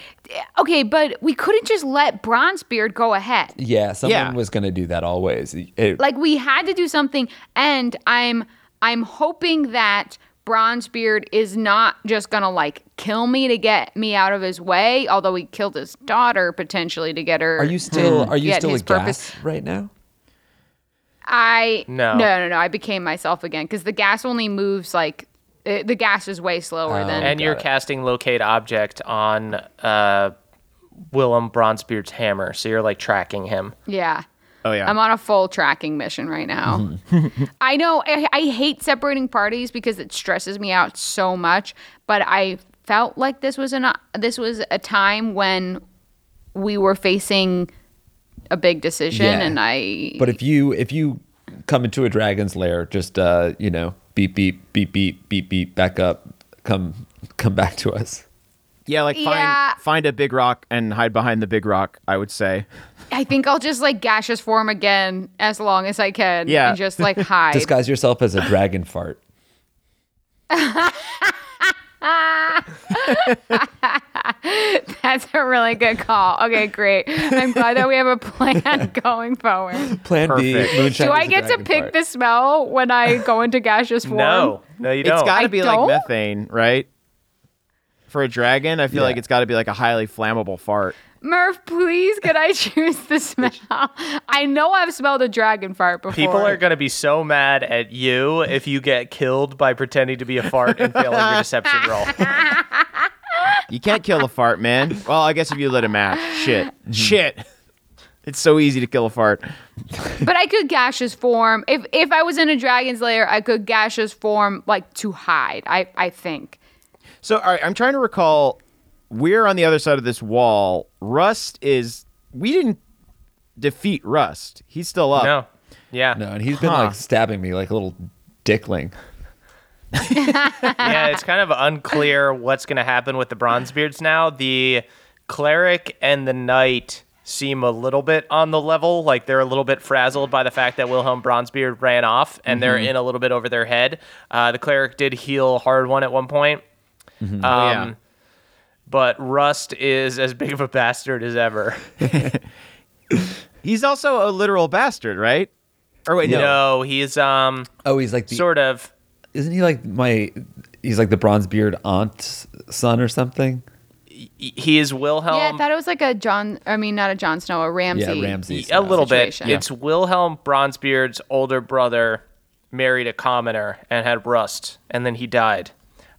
Speaker 2: okay, but we couldn't just let Bronzebeard go ahead.
Speaker 4: yeah, someone
Speaker 3: Yeah.
Speaker 4: was gonna do that always. eh, It-
Speaker 2: Like we had to do something, and I'm I'm hoping that Bronzebeard is not just gonna like kill me to get me out of his way. Although he killed his daughter potentially to get her.
Speaker 4: are you still
Speaker 3: hmm.
Speaker 4: are you
Speaker 2: Yet
Speaker 4: still
Speaker 2: his
Speaker 4: aghast
Speaker 2: purpose-
Speaker 4: right now?
Speaker 2: I
Speaker 1: No.
Speaker 2: no no no. I became myself again because the gas only moves like it, the gas is way
Speaker 4: Oh.
Speaker 2: slower than
Speaker 1: and you're
Speaker 4: got it.
Speaker 1: casting locate object on uh, Willem Bronzebeard's hammer, so you're like tracking him.
Speaker 2: yeah.
Speaker 3: oh yeah.
Speaker 2: I'm on a full tracking mission right now. I know I, I hate separating parties because it stresses me out so much, but I felt like this was an this was a time when we were facing a big decision,
Speaker 4: Yeah.
Speaker 2: and I
Speaker 4: But if you if you come into a dragon's lair, just uh, you know, beep beep beep beep beep beep back up, come come back to us.
Speaker 3: Yeah, like find
Speaker 2: Yeah.
Speaker 3: find a big rock and hide behind the big rock. I would say.
Speaker 2: I think I'll just like gaseous form again as long as I can.
Speaker 3: Yeah.
Speaker 2: And just like hide.
Speaker 4: Disguise yourself as a dragon fart.
Speaker 2: That's a really good call. Okay, great. I'm glad that we have a plan going forward.
Speaker 4: Plan
Speaker 3: Perfect.
Speaker 4: B. Moonshine.
Speaker 2: Do I
Speaker 4: is a
Speaker 2: get to
Speaker 4: dragon
Speaker 2: pick
Speaker 4: fart.
Speaker 2: the smell when I go into gaseous form?
Speaker 1: No, no, you don't.
Speaker 3: It's got to be
Speaker 2: don't?
Speaker 3: like methane, right? For a dragon, I feel like it's got to be like a highly flammable fart.
Speaker 2: Murph, please, can I choose the smell? I know I've smelled a dragon fart before.
Speaker 1: People are going to be so mad at you if you get killed by pretending to be a fart and failing your deception roll.
Speaker 3: You can't kill a fart, man. Well, I guess if you let him out. Shit. Shit. It's so easy to kill a fart.
Speaker 2: But I could gaseous form. If if I was in a dragon's lair, I could gaseous form like to hide. I I think.
Speaker 3: So all right, I'm trying to recall. We're on the other side of this wall. Rust is. We didn't defeat Rust. He's still up.
Speaker 1: No. Yeah.
Speaker 4: No, and he's been
Speaker 3: Huh.
Speaker 4: like stabbing me like a little dickling.
Speaker 1: yeah, it's kind of unclear what's going to happen with the Bronzebeards now. The cleric and the knight seem a little bit on the level, like they're a little bit frazzled by the fact that Wilhelm Bronzebeard ran off, and
Speaker 3: Mm-hmm.
Speaker 1: they're in a little bit over their head. Uh, the cleric did heal hard one at one point,
Speaker 3: Oh, yeah.
Speaker 1: Um, but Rust is as big of a bastard as ever.
Speaker 3: He's also a literal bastard, right? Or wait, no.
Speaker 1: No, he's um
Speaker 4: Oh, he's like the,
Speaker 1: sort of.
Speaker 4: Isn't he like my? He's like the bronze beard aunt's son or something.
Speaker 1: He is Wilhelm.
Speaker 2: yeah, I thought it was like a John. I mean, not a John Snow, a Ramsey.
Speaker 4: Yeah, Ramsay.
Speaker 1: a little
Speaker 2: situation.
Speaker 1: bit.
Speaker 2: Yeah.
Speaker 1: It's Wilhelm Bronzebeard's older brother married a commoner and had rust, and then he died.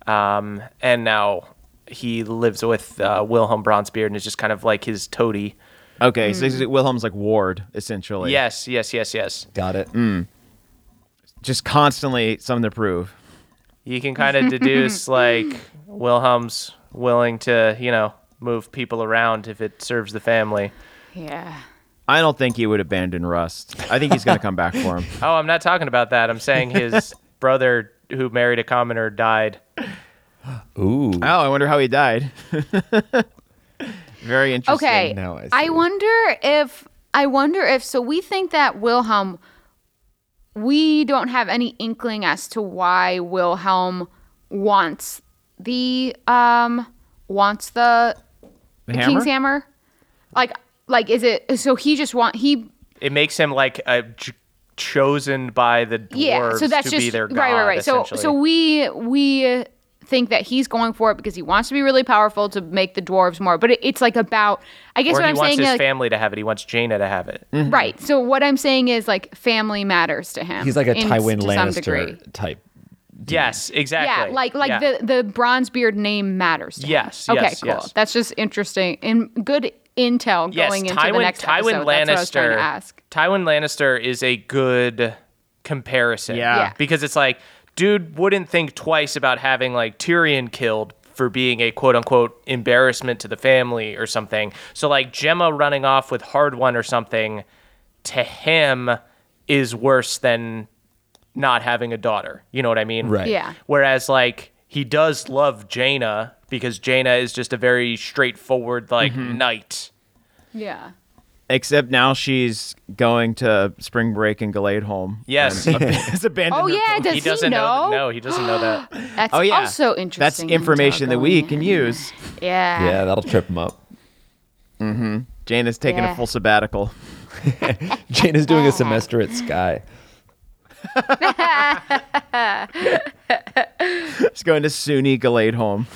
Speaker 1: Um, and now he lives with uh, Wilhelm Bronzebeard and is just kind of like his toady.
Speaker 3: Okay,
Speaker 2: Mm.
Speaker 3: so he's- Wilhelm's like ward, essentially.
Speaker 1: Yes, yes, yes, yes.
Speaker 4: Got it.
Speaker 3: Just constantly something to prove.
Speaker 1: You can kind of deduce like Wilhelm's willing to, you know, move people around if it serves the family.
Speaker 2: Yeah.
Speaker 3: I don't think he would abandon Rust. I think he's going to come back for him.
Speaker 1: Oh, I'm not talking about that. I'm saying his brother who married a commoner died.
Speaker 4: Ooh.
Speaker 3: Oh, I wonder how he died. Very interesting.
Speaker 2: Okay.
Speaker 4: now I see.
Speaker 2: wonder if I wonder if so we think that Wilhelm we don't have any inkling as to why Wilhelm wants the um wants the,
Speaker 3: The
Speaker 2: the
Speaker 3: hammer?
Speaker 2: King's hammer. Like like is it so he just want he
Speaker 1: it makes him like a j- chosen by the dwarves
Speaker 2: yeah so that's
Speaker 1: to
Speaker 2: just
Speaker 1: be their god.
Speaker 2: right right right so so we we think that he's going for it because he wants to be really powerful to make the dwarves more but it, it's like about i guess
Speaker 1: or
Speaker 2: what
Speaker 1: he
Speaker 2: i'm
Speaker 1: wants
Speaker 2: saying
Speaker 1: his
Speaker 2: like,
Speaker 1: family to have it. He wants Jaina to have it.
Speaker 2: Right. So what I'm saying is like family matters to him.
Speaker 4: He's like a
Speaker 2: in-
Speaker 4: Tywin
Speaker 2: to some degree.
Speaker 4: Lannister type.
Speaker 1: Yes,
Speaker 2: Yeah,
Speaker 1: exactly.
Speaker 2: like like the the bronze beard name matters to him.
Speaker 1: Yes,
Speaker 2: Okay,
Speaker 1: yes,
Speaker 2: cool.
Speaker 1: yes.
Speaker 2: That's just interesting and good intel
Speaker 1: yes,
Speaker 2: going into
Speaker 1: Tywin,
Speaker 2: the next
Speaker 1: Tywin
Speaker 2: episode.
Speaker 1: Lannister.
Speaker 2: That's what I was trying to ask.
Speaker 1: Tywin Lannister is a good comparison.
Speaker 3: Yeah.
Speaker 2: Yeah.
Speaker 1: because it's like dude wouldn't think twice about having like Tyrion killed for being a quote unquote embarrassment to the family or something. So like Gemma running off with Hard One or something to him is worse than not having a daughter. You know what I mean?
Speaker 4: Right.
Speaker 2: Yeah.
Speaker 1: Whereas like he does love Jaina because Jaina is just a very straightforward like knight.
Speaker 2: Yeah.
Speaker 3: Except now she's going to spring break in Galadeholm.
Speaker 1: Yes.
Speaker 3: And It's abandoned.
Speaker 2: Oh yeah, does
Speaker 1: he
Speaker 2: he,
Speaker 1: doesn't know.
Speaker 2: know?
Speaker 1: th- no, he doesn't know that.
Speaker 2: That's
Speaker 3: Oh yeah.
Speaker 2: also interesting.
Speaker 3: That's
Speaker 2: intel
Speaker 3: information that we
Speaker 2: going
Speaker 3: can
Speaker 2: in.
Speaker 3: use.
Speaker 2: Yeah.
Speaker 4: Yeah, that'll trip him up.
Speaker 3: Jane is taking
Speaker 2: Yeah.
Speaker 3: a full sabbatical.
Speaker 4: Jane is
Speaker 2: Uh,
Speaker 4: doing a semester at Sky.
Speaker 3: She's going to SUNY Galadeholm.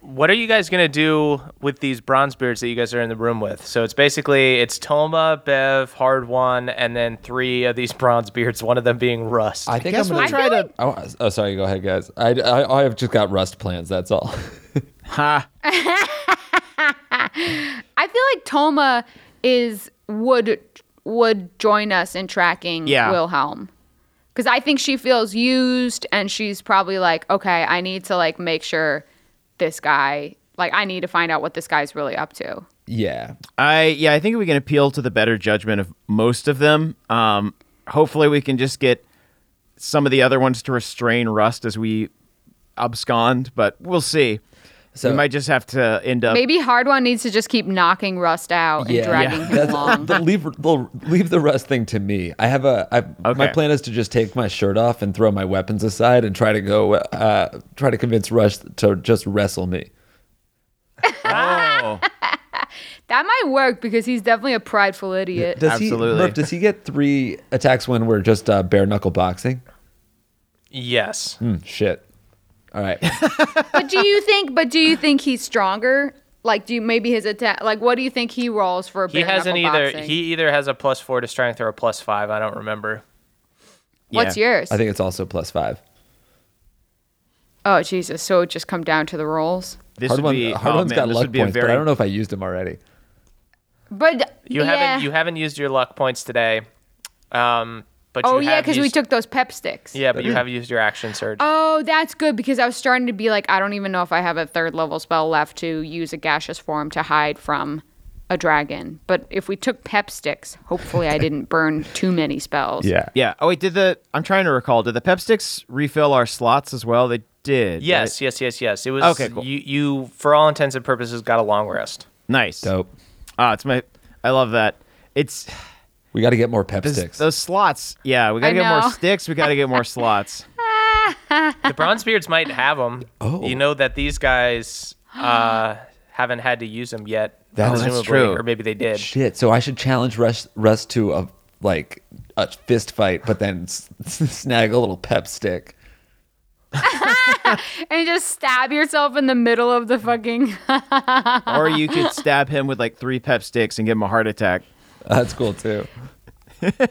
Speaker 1: What are you guys gonna do with these bronzebeards that you guys are in the room with? So it's basically it's Toma, Bev, Hard One, and then three of these bronzebeards. One of them being Rust.
Speaker 4: I think
Speaker 3: guess
Speaker 4: I'm gonna
Speaker 3: we'll try to.
Speaker 4: I wa- oh, sorry. Go ahead, guys. I, I I've just got Rust plans. That's all.
Speaker 3: Ha.
Speaker 2: I feel like Toma is would would join us in tracking
Speaker 3: Yeah.
Speaker 2: Wilhelm. Cuz I think she feels used and she's probably like, "Okay, I need to like make sure this guy like I need to find out what this guy's really up to."
Speaker 4: yeah.
Speaker 3: I yeah, I think we can appeal to the better judgment of most of them. Um, hopefully, we can just get some of the other ones to restrain Rust as we abscond, but we'll see.
Speaker 4: So-
Speaker 3: we might just have to end up.
Speaker 2: Maybe Hard One needs to just keep knocking Rust out and dragging him
Speaker 4: That's-
Speaker 2: along.
Speaker 4: they'll leave they'll leave the rest thing to me. I have a I, my
Speaker 3: Okay.
Speaker 4: plan is to just take my shirt off and throw my weapons aside and try to go uh, try to convince Rush to just wrestle me.
Speaker 3: Oh,
Speaker 2: That might work because he's definitely a prideful idiot.
Speaker 4: Does
Speaker 3: Absolutely.
Speaker 4: he Murph, does he get three attacks when we're just uh, bare knuckle boxing?
Speaker 1: Yes.
Speaker 4: Hmm, shit. All right.
Speaker 2: but do you think? But do you think he's stronger? Like, do you maybe his attack? Like, what do you think he rolls for?
Speaker 1: He hasn't
Speaker 2: bare-knuckle
Speaker 1: either.
Speaker 2: boxing?
Speaker 1: He either has a plus four to strength or a plus five. I don't remember.
Speaker 2: What's
Speaker 3: Yeah.
Speaker 2: yours?
Speaker 4: I think it's also plus five.
Speaker 2: oh Jesus! So it just come down to the rolls.
Speaker 3: this
Speaker 4: Hard
Speaker 3: would
Speaker 4: one,
Speaker 3: be.
Speaker 4: hard
Speaker 3: oh,
Speaker 4: one's
Speaker 3: man,
Speaker 4: got
Speaker 3: this
Speaker 4: luck
Speaker 3: would be a
Speaker 4: points,
Speaker 3: very,
Speaker 4: but I don't know if I used them already.
Speaker 2: But
Speaker 1: You
Speaker 2: yeah.
Speaker 1: haven't you haven't used your luck points today. Um, but
Speaker 2: oh
Speaker 1: you
Speaker 2: yeah,
Speaker 1: have
Speaker 2: because we
Speaker 1: used-
Speaker 2: took those pep sticks.
Speaker 1: Yeah, but you have used your action surge.
Speaker 2: Oh, that's good because I was starting to be like, I don't even know if I have a third level spell left to use a gaseous form to hide from a dragon. But if we took pep sticks, hopefully I didn't burn too many spells.
Speaker 3: Yeah. Oh wait, did the? I'm trying to recall. Did the pep sticks refill our slots as well? They did.
Speaker 1: yes,
Speaker 3: right?
Speaker 1: yes, yes, yes. It was
Speaker 3: Okay, cool.
Speaker 1: you you for all intents and purposes got a long rest.
Speaker 3: Nice.
Speaker 4: Dope.
Speaker 3: Ah, it's my. I love that. It's
Speaker 4: We got to get more pep
Speaker 3: those,
Speaker 4: sticks.
Speaker 3: those slots. Yeah, we gotta
Speaker 2: I
Speaker 3: get
Speaker 2: know.
Speaker 3: more sticks. We gotta get more slots.
Speaker 1: The Bronzebeards might have them.
Speaker 4: Oh.
Speaker 1: You know that these guys uh, haven't had to use them yet.
Speaker 4: That-
Speaker 3: that's
Speaker 1: presumably,
Speaker 3: true.
Speaker 1: Or maybe they did.
Speaker 4: Shit. So I should challenge Russ, Russ to a like a fist fight, but then s- snag a little pep stick.
Speaker 2: And just stab yourself in the middle of the fucking.
Speaker 3: or you could stab him with like three pep sticks and give him a heart attack.
Speaker 4: That's cool too.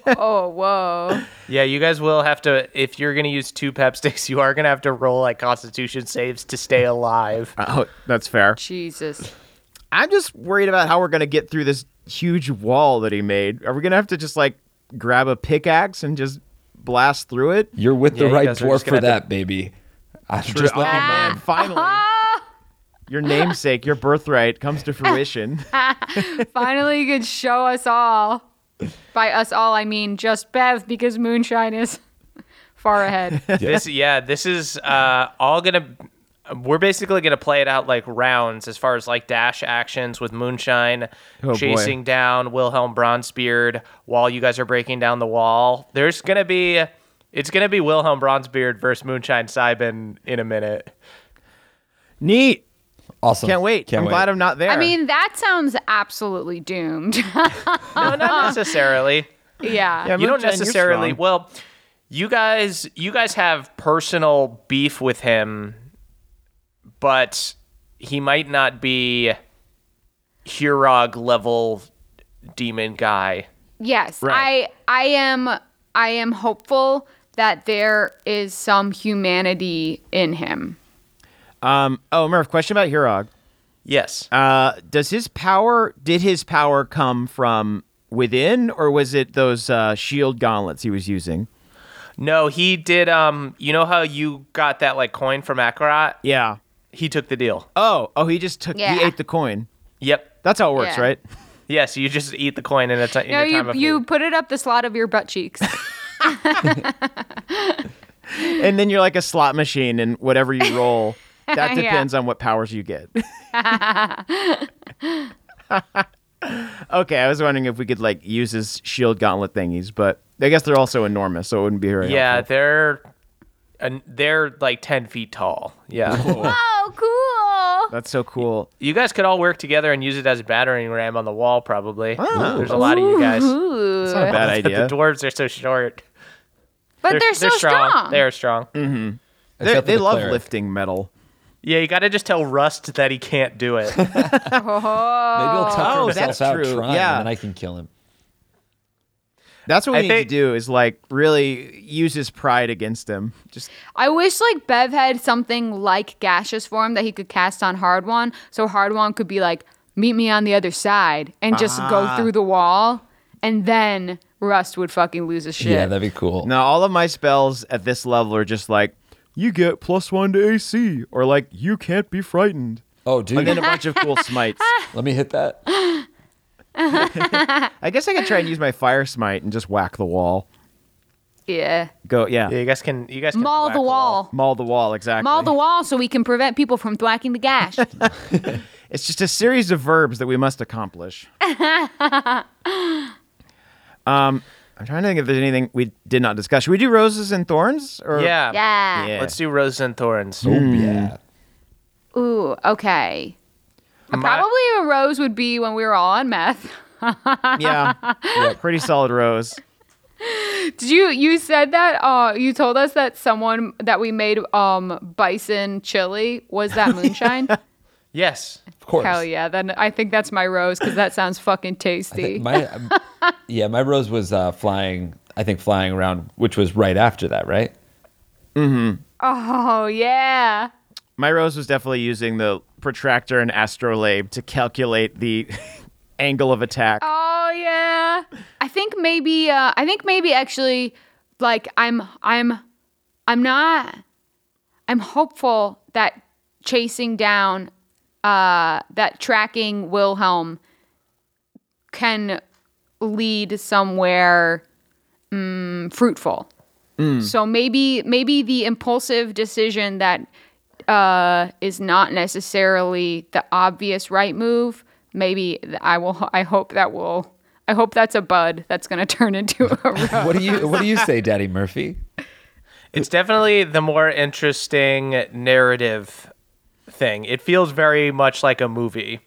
Speaker 2: oh, whoa.
Speaker 1: Yeah, you guys will have to if you're gonna use two pep sticks, you are gonna have to roll like constitution saves to stay alive.
Speaker 3: Oh, that's fair.
Speaker 2: Jesus.
Speaker 3: I'm just worried about how we're gonna get through this huge wall that he made. Are we gonna have to just like grab a pickaxe and just blast through it?
Speaker 4: You're with
Speaker 1: Yeah,
Speaker 4: the
Speaker 1: you
Speaker 4: right
Speaker 1: guys are just
Speaker 4: dwarf
Speaker 1: gonna
Speaker 4: for
Speaker 1: have to-
Speaker 4: that, baby. I'm just
Speaker 3: oh
Speaker 4: letting you know.
Speaker 3: man, finally. Your namesake, your birthright comes to fruition.
Speaker 2: Finally, you could show us all. By us all, I mean just Bev because moonshine is far ahead.
Speaker 1: This yeah, this is uh, all gonna. We're basically gonna play it out like rounds as far as like dash actions with Moonshine
Speaker 3: Oh, boy.
Speaker 1: chasing down Wilhelm Bronzebeard while you guys are breaking down the wall. There's gonna be it's gonna be Wilhelm Bronzebeard versus Moonshine Sybin in a minute.
Speaker 3: Neat.
Speaker 4: Awesome.
Speaker 3: Can't wait. I'm glad I'm not there.
Speaker 2: I mean, that sounds absolutely doomed.
Speaker 1: No, not necessarily.
Speaker 2: yeah.
Speaker 3: Yeah,
Speaker 1: you don't
Speaker 3: Moonshine, you're
Speaker 1: necessarily.
Speaker 3: strong.
Speaker 1: Well, you guys, you guys have personal beef with him, but he might not be Hurog level demon guy.
Speaker 2: Yes,
Speaker 3: Right.
Speaker 2: I I am I am hopeful that there is some humanity in him.
Speaker 3: um, oh, Murph, question about Hirog.
Speaker 1: Yes.
Speaker 3: Uh, does his power? Did his power come from within, or was it those uh, shield gauntlets he was using?
Speaker 1: No, he did. Um, you know how you got that like coin from Akarat?
Speaker 3: Yeah.
Speaker 1: He took the deal.
Speaker 3: Oh, oh, he just took. He
Speaker 2: Yeah.
Speaker 3: ate the coin.
Speaker 1: Yep.
Speaker 3: That's how it works,
Speaker 2: Yeah.
Speaker 3: right?
Speaker 1: Yes, you just eat the coin in a ti- in
Speaker 2: No,
Speaker 1: your time
Speaker 2: you
Speaker 1: of
Speaker 2: you
Speaker 1: need.
Speaker 2: put it up the slot of your butt cheeks.
Speaker 3: And then you're like a slot machine, and whatever you roll,
Speaker 2: Yeah.
Speaker 3: that depends on what powers you get. okay, I was wondering if we could like use his shield gauntlet thingies, but I guess they're also enormous, so it wouldn't be very
Speaker 1: Yeah,
Speaker 3: helpful.
Speaker 1: they're and they're like ten feet tall. Yeah.
Speaker 2: oh, cool.
Speaker 3: That's so cool.
Speaker 1: You guys could all work together and use it as a battering ram on the wall, probably.
Speaker 3: Oh.
Speaker 1: There's a lot of you guys.
Speaker 2: Ooh.
Speaker 3: Not a bad
Speaker 1: But
Speaker 3: idea.
Speaker 1: The dwarves are so short.
Speaker 2: But they're, so strong.
Speaker 1: They are strong.
Speaker 3: They're-
Speaker 4: Except for
Speaker 3: they
Speaker 4: the
Speaker 3: love
Speaker 4: cleric.
Speaker 3: lifting metal.
Speaker 1: Yeah, you got to just tell Rust that he can't do it.
Speaker 4: Maybe he'll tucker
Speaker 3: Oh,
Speaker 4: himself
Speaker 3: that's
Speaker 4: out
Speaker 3: true.
Speaker 4: trying, and
Speaker 3: Yeah.
Speaker 4: then I can kill him.
Speaker 3: That's what we
Speaker 1: I
Speaker 3: need
Speaker 1: think-
Speaker 3: to do is like really use his pride against him. Just
Speaker 2: I wish like Bev had something like gaseous form that he could cast on Hard One, so Hard One could be like, "Meet me on the other side," and just go through the wall, and then Rust would fucking lose his shit.
Speaker 4: Yeah, that'd be cool.
Speaker 3: now all of my spells at this level are just like you get plus one to AC or like you can't be frightened.
Speaker 4: Oh,
Speaker 3: And
Speaker 4: dude,
Speaker 3: then a bunch of cool smites.
Speaker 4: let me hit that.
Speaker 3: I guess I could try and use my fire smite and just whack the wall.
Speaker 2: Yeah.
Speaker 3: Go, yeah.
Speaker 1: Yeah, you guys can. You guys can
Speaker 2: Maul
Speaker 1: whack
Speaker 2: the wall.
Speaker 3: Maul the wall, exactly.
Speaker 2: Maul the wall so we can prevent people from thwacking the gash.
Speaker 3: It's just a series of verbs that we must accomplish. um, I'm trying to think if there's anything we did not discuss. Should we do roses and thorns? Or
Speaker 1: Yeah.
Speaker 2: yeah.
Speaker 3: Yeah.
Speaker 1: Let's do roses and thorns.
Speaker 4: Oh yeah.
Speaker 2: Ooh, okay. Probably a rose would be when we were all on meth.
Speaker 3: yeah, Yeah, pretty solid rose.
Speaker 2: Did you you said that uh you told us that someone that we made um bison chili was that moonshine?
Speaker 1: Yes.
Speaker 4: Of course.
Speaker 2: Hell yeah. Then I think that's my rose cuz that sounds fucking tasty.
Speaker 4: My, um, yeah, my rose was uh, flying. I think flying around, which was right after that, right?
Speaker 2: oh yeah.
Speaker 3: My rose was definitely using the protractor and astrolabe to calculate the angle of attack.
Speaker 2: Oh yeah. I think maybe uh I think maybe actually like I'm I'm I'm not I'm hopeful that chasing down uh that tracking Wilhelm can lead somewhere mm, fruitful.
Speaker 4: Mm.
Speaker 2: So maybe maybe the impulsive decision that uh, is not necessarily the obvious right move. Maybe th- I will. I hope that will. I hope that's a bud that's going to turn into a rose.
Speaker 4: What do you What do you say, Daddy Murphy?
Speaker 1: It's definitely the more interesting narrative thing. It feels very much like a movie.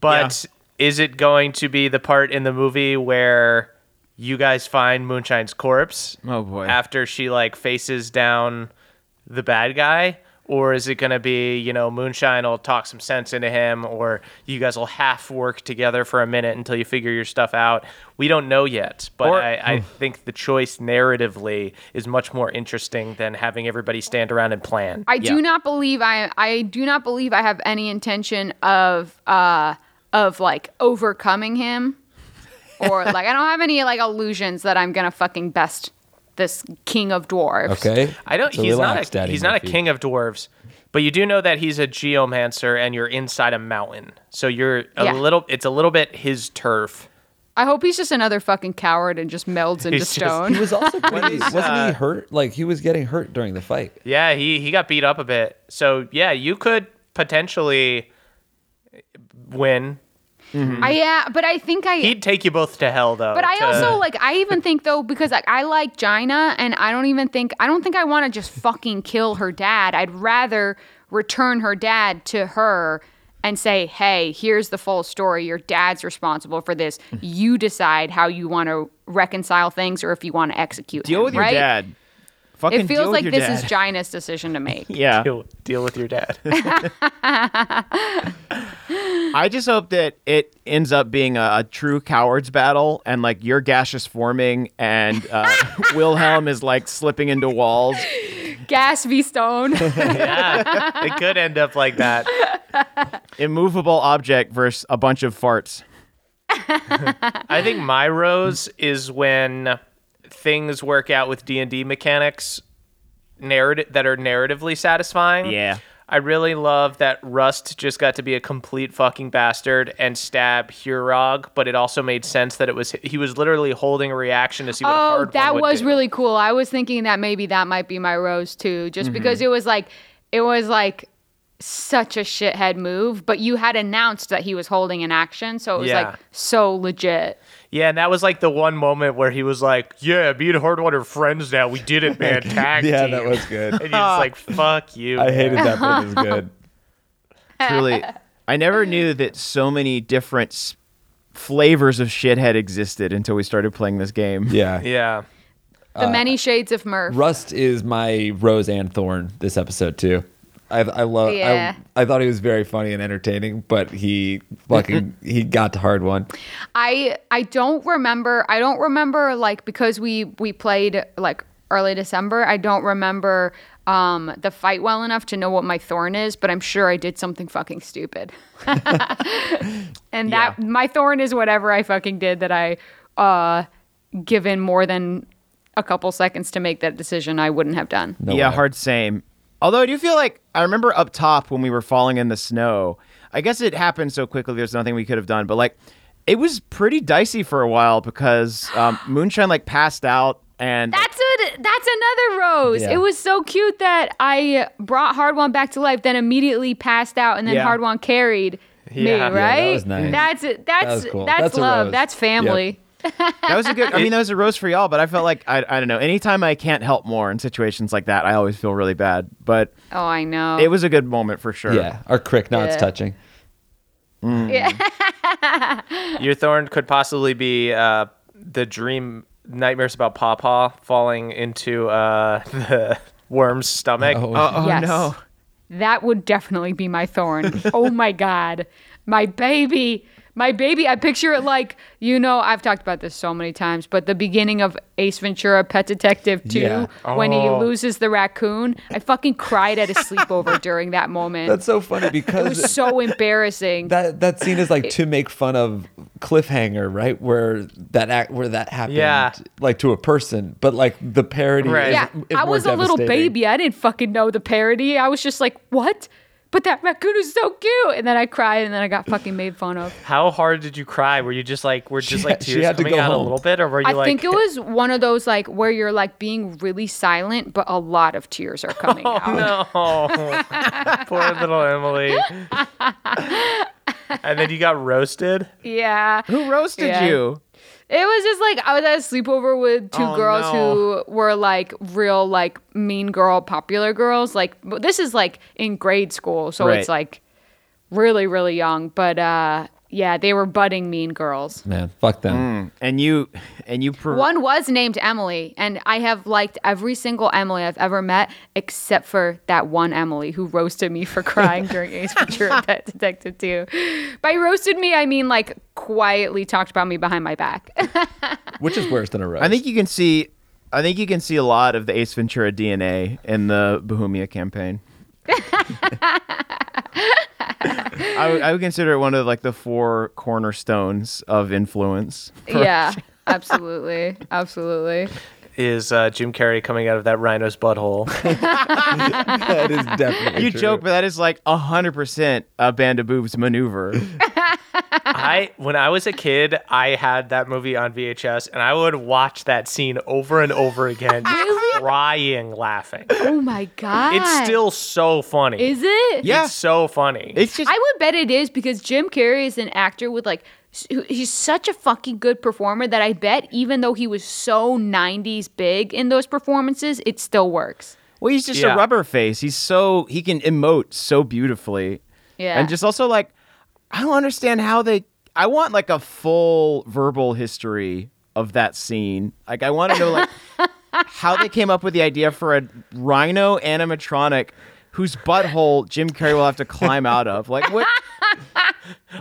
Speaker 1: But is it going to be the part in the movie where you guys find Moonshine's corpse?
Speaker 3: Oh, boy.
Speaker 1: After she like faces down the bad guy? Or is it going to be, you know, Moonshine will talk some sense into him, or you guys will half work together for a minute until you figure your stuff out? We don't know yet, but
Speaker 3: Or- Hmm.
Speaker 1: I, I think the choice narratively is much more interesting than having everybody stand around and plan.
Speaker 2: I
Speaker 3: Yeah.
Speaker 2: do not believe I. I do not believe I have any intention of uh of like overcoming him, or like I don't have any like illusions that I'm going to fucking best this king of dwarves.
Speaker 4: Okay.
Speaker 1: I don't.
Speaker 4: So
Speaker 1: he's
Speaker 4: relax,
Speaker 1: not. A,
Speaker 4: Daddy
Speaker 1: he's not a
Speaker 4: Murphy.
Speaker 1: king of dwarves, but you do know that he's a geomancer, and you're inside a mountain, so you're a
Speaker 2: Yeah.
Speaker 1: little. It's a little bit his turf.
Speaker 2: I hope he's just another fucking coward and just melds into
Speaker 1: He's just-
Speaker 2: stone.
Speaker 4: He was also pretty,
Speaker 1: is,
Speaker 4: wasn't he hurt? Like he was getting hurt during the fight.
Speaker 1: Yeah, he he got beat up a bit. So yeah, you could potentially win.
Speaker 2: I yeah, but I think I.
Speaker 1: He'd take you both to hell though.
Speaker 2: but I
Speaker 1: to-
Speaker 2: also like. I even think though because like I like Gina, and I don't even think I don't think I want to just fucking kill her dad. I'd rather return her dad to her and say, "Hey, here's the full story. Your dad's responsible for this. You decide how you want to reconcile things, or if you want to execute
Speaker 3: deal
Speaker 2: him,
Speaker 3: with your
Speaker 2: right?
Speaker 3: dad. Fucking
Speaker 2: It
Speaker 3: deal
Speaker 2: feels
Speaker 3: with
Speaker 2: like
Speaker 3: your
Speaker 2: this
Speaker 3: dad.
Speaker 2: is Gina's decision to make.
Speaker 3: yeah.
Speaker 1: deal, deal with your dad.
Speaker 3: I just hope that it ends up being a, a true cowards battle, and like your gash is forming, and uh, Wilhelm is like slipping into walls.
Speaker 2: Gas v stone.
Speaker 1: yeah, it could end up like that.
Speaker 3: Immovable object versus a bunch of farts.
Speaker 1: I think my rose is when things work out with D and D mechanics narrative that are narratively satisfying.
Speaker 3: Yeah.
Speaker 1: I really love that Rust just got to be a complete fucking bastard and stab Hurog, but it also made sense that it was he was literally holding a reaction to see what a
Speaker 2: Oh,
Speaker 1: hard
Speaker 2: that
Speaker 1: one would
Speaker 2: was
Speaker 1: do.
Speaker 2: really cool. I was thinking that maybe that might be my rose too,
Speaker 1: Mm-hmm.
Speaker 2: just because it was like it was like such a shithead move, but you had announced that he was holding an action, so it was
Speaker 1: Yeah.
Speaker 2: like so legit.
Speaker 1: yeah, and that was like the one moment where he was like, "Yeah, me and Hardwood are friends now. We did it, man. Tag team."
Speaker 4: good.
Speaker 1: And he's like, "Fuck you." man."
Speaker 4: that, but it was good.
Speaker 3: Truly, I never knew that so many different s- flavors of shithead existed until we started playing this game.
Speaker 4: Yeah.
Speaker 1: Yeah. Uh,
Speaker 2: The many shades of Murph.
Speaker 4: Rust is my rose and thorn this episode too. I, I love.
Speaker 2: Yeah.
Speaker 4: I, I thought he was very funny and entertaining, but he fucking he got the hard one.
Speaker 2: I I don't remember. I don't remember like because we we played like early December. I don't remember um the fight well enough to know what my thorn is, but I'm sure I did something fucking stupid. and that my thorn is whatever I fucking did that I uh given more than a couple seconds to make that decision I wouldn't have done.
Speaker 4: No
Speaker 3: yeah,
Speaker 4: way.
Speaker 3: hard same. Although I do feel like I remember up top when we were falling in the snow. I guess it happened so quickly. There's nothing we could have done, but like, it was pretty dicey for a while because um, Moonshine like passed out and
Speaker 2: That's it. that's another rose.
Speaker 4: Yeah.
Speaker 2: It was so cute that I brought Hardwon back to life, then immediately passed out, and then
Speaker 3: Yeah.
Speaker 2: Hardwon carried me.
Speaker 1: Yeah. Yeah,
Speaker 2: Right?
Speaker 1: that
Speaker 4: was nice.
Speaker 2: That's it. That's
Speaker 4: was cool.
Speaker 2: that's,
Speaker 4: That's a
Speaker 2: love.
Speaker 4: rose.
Speaker 2: That's family.
Speaker 3: That was a good. I mean, that was a rose for y'all, but I felt like I, I don't know. Anytime I can't help more in situations like that, I always feel really bad. But
Speaker 2: Oh, I know.
Speaker 3: it was a good moment for sure.
Speaker 4: Yeah, our crick knots
Speaker 2: Yeah.
Speaker 4: touching.
Speaker 1: Your thorn could possibly be uh, the dream nightmares about Pawpaw falling into uh, the worm's stomach.
Speaker 3: Oh
Speaker 2: Yes.
Speaker 3: no.
Speaker 2: That would definitely be my thorn. oh my God. My baby. My baby. I picture it like, you know, I've talked about this so many times, but the beginning of Ace Ventura Pet Detective 2
Speaker 4: Yeah.
Speaker 2: when he
Speaker 1: Oh.
Speaker 2: loses the raccoon. I fucking cried at a sleepover during that moment.
Speaker 4: That's so funny
Speaker 2: it
Speaker 4: because
Speaker 2: was so embarrassing.
Speaker 4: that that scene is like to make fun of cliffhanger, right? Where that act where that happened,
Speaker 1: Yeah.
Speaker 4: like to a person, but like the parody.
Speaker 1: Right.
Speaker 4: Is,
Speaker 2: yeah.
Speaker 4: is
Speaker 2: I
Speaker 4: more
Speaker 2: was a little
Speaker 4: devastating.
Speaker 2: baby. I didn't fucking know the parody. I was just like, what? But that raccoon is so cute. And then I cried and then I got fucking made fun of.
Speaker 1: How hard did you cry? Were you just like, were just
Speaker 4: She-
Speaker 1: like
Speaker 4: she
Speaker 1: tears
Speaker 4: had to
Speaker 1: coming
Speaker 4: go
Speaker 1: out a
Speaker 4: home.
Speaker 1: little bit, or were you
Speaker 2: I
Speaker 1: like,
Speaker 2: think it was one of those like where you're like being really silent, but a lot of tears are coming out.
Speaker 1: no, poor little Emily? and then you got roasted.
Speaker 2: Yeah.
Speaker 3: Who roasted
Speaker 2: Yeah.
Speaker 3: you?
Speaker 2: It was just like I was at a sleepover with two
Speaker 3: Oh,
Speaker 2: girls
Speaker 3: no.
Speaker 2: who were like real like mean girl, popular girls. Like but this is like in grade school, so it's
Speaker 3: Right.
Speaker 2: like really, really young. But uh yeah, they were budding mean girls.
Speaker 4: Man, fuck them.
Speaker 3: Mm, And you, and you. Per-
Speaker 2: One was named Emily, and I have liked every single Emily I've ever met, except for that one Emily who roasted me for crying during Ace Ventura: Pet Detective 2. By roasted me, I mean like quietly talked about me behind my back.
Speaker 4: Which is worse than a roast?
Speaker 3: I think you can see. I think you can see a lot of the Ace Ventura DNA in the Bohemia campaign. I would I would consider it one of like the four cornerstones of influence.
Speaker 2: yeah, absolutely, absolutely.
Speaker 1: Is uh, Jim Carrey coming out of that rhino's butthole?
Speaker 4: that is definitely
Speaker 3: You
Speaker 4: true.
Speaker 3: joke, but that is like hundred percent a band of boobs maneuver.
Speaker 1: I when I was a kid, I had that movie on VHS, and I would watch that scene over and over again, crying, laughing.
Speaker 2: Oh my god,
Speaker 1: It's still so funny.
Speaker 2: is it?
Speaker 3: Yeah.
Speaker 1: It's so funny.
Speaker 3: It's just
Speaker 2: I would bet it is because Jim Carrey is an actor with like s- who- he's such a fucking good performer that I bet even though he was so 90s big in those performances, it still works.
Speaker 3: well, he's just
Speaker 1: Yeah.
Speaker 3: a rubber face. He's so he can emote so beautifully.
Speaker 2: Yeah.
Speaker 3: And just also like I don't understand how they I want like a full verbal history of that scene. Like I want to know like how they came up with the idea for a rhino animatronic whose butthole Jim Carrey will have to climb out of. Like what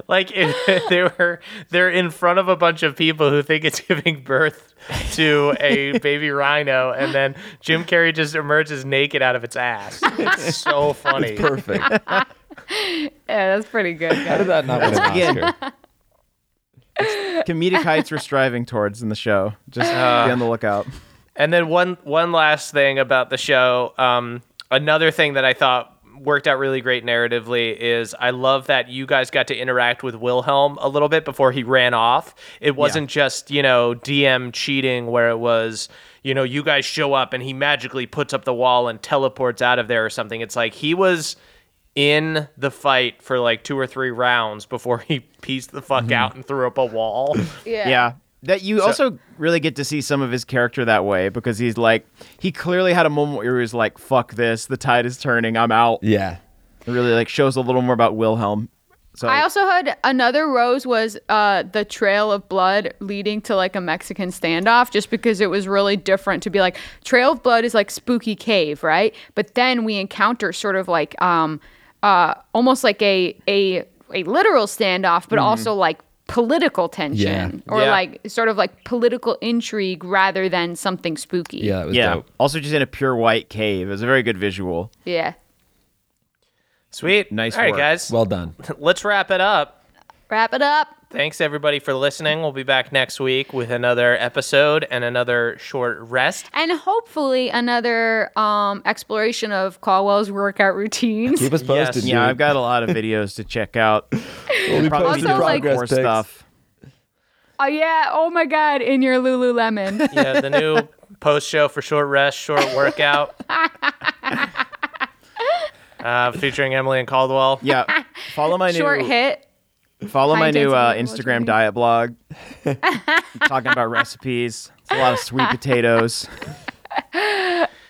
Speaker 1: like if they were they're in front of a bunch of people who think it's giving birth to a baby rhino, and then Jim Carrey just emerges naked out of its ass. It's so funny.
Speaker 4: perfect. How
Speaker 2: Yeah, that's pretty good. guys.
Speaker 4: did that not win an
Speaker 3: Again.
Speaker 4: Oscar?
Speaker 3: comedic heights we're striving towards in the show. Just be on the lookout.
Speaker 1: And then one one last thing about the show. Um, another thing that I thought worked out really great narratively is I love that you guys got to interact with Wilhelm a little bit before he ran off. It wasn't just you know DM cheating where it was you know you guys show up and he magically puts up the wall and teleports out of there or something. It's like he was in the fight for like two or three rounds before he pieced the fuck out and threw up a wall.
Speaker 2: Yeah.
Speaker 3: Yeah. That you also really get to see some of his character that way because he's like he clearly had a moment where he was like, fuck this, the tide is turning, I'm out.
Speaker 4: Yeah.
Speaker 3: It really like shows a little more about Wilhelm. So
Speaker 2: I also heard another rose was uh, the trail of blood leading to like a Mexican standoff, just because it was really different to be like trail of blood is like spooky cave, right? But then we encounter sort of like um, uh, almost like a a a literal standoff, but also like political tension or
Speaker 1: Yeah.
Speaker 2: like sort of like political intrigue rather than something spooky.
Speaker 4: Yeah, that was
Speaker 3: yeah.
Speaker 4: dope.
Speaker 3: Also, just in a pure white cave. It was a very good visual.
Speaker 2: Yeah.
Speaker 1: Sweet,
Speaker 3: Nice
Speaker 1: All right,
Speaker 3: work.
Speaker 1: guys. Well,
Speaker 4: Well done.
Speaker 1: let's wrap it up.
Speaker 2: Wrap it up.
Speaker 1: Thanks everybody for listening. We'll be back next week with another episode and another short rest.
Speaker 2: And hopefully another um, exploration of Caldwell's workout routines.
Speaker 4: Keep us posted.
Speaker 1: Yes.
Speaker 4: dude.
Speaker 3: Yeah, I've got a lot of videos to check out.
Speaker 4: We'll be posting
Speaker 3: Probably
Speaker 2: Also,
Speaker 3: doing
Speaker 2: like-
Speaker 4: progress
Speaker 3: more
Speaker 4: pics.
Speaker 3: stuff.
Speaker 2: Oh yeah! Oh my God! In your Lululemon.
Speaker 1: Yeah, the new Post show for short rest, short workout. uh, featuring Emily and Caldwell.
Speaker 3: Yeah. Follow my
Speaker 2: Short
Speaker 3: new
Speaker 2: hit.
Speaker 3: follow my new
Speaker 2: high-density
Speaker 3: uh,
Speaker 2: interval training.
Speaker 3: Instagram diet blog. Talking about recipes. It's a lot of sweet potatoes.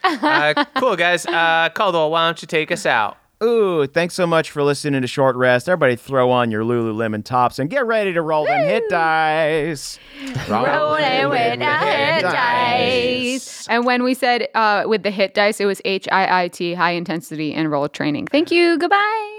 Speaker 1: Uh, cool, guys. Uh, Caldwell, why don't you take us out?
Speaker 3: Ooh, thanks so much for listening to Short Rest. Everybody throw on your Lululemon tops and get ready to roll them hit dice.
Speaker 2: Rolling with the hit dice. And when we said uh, with the hit dice, it was H I I T, high intensity and roll training. Thank you. Goodbye.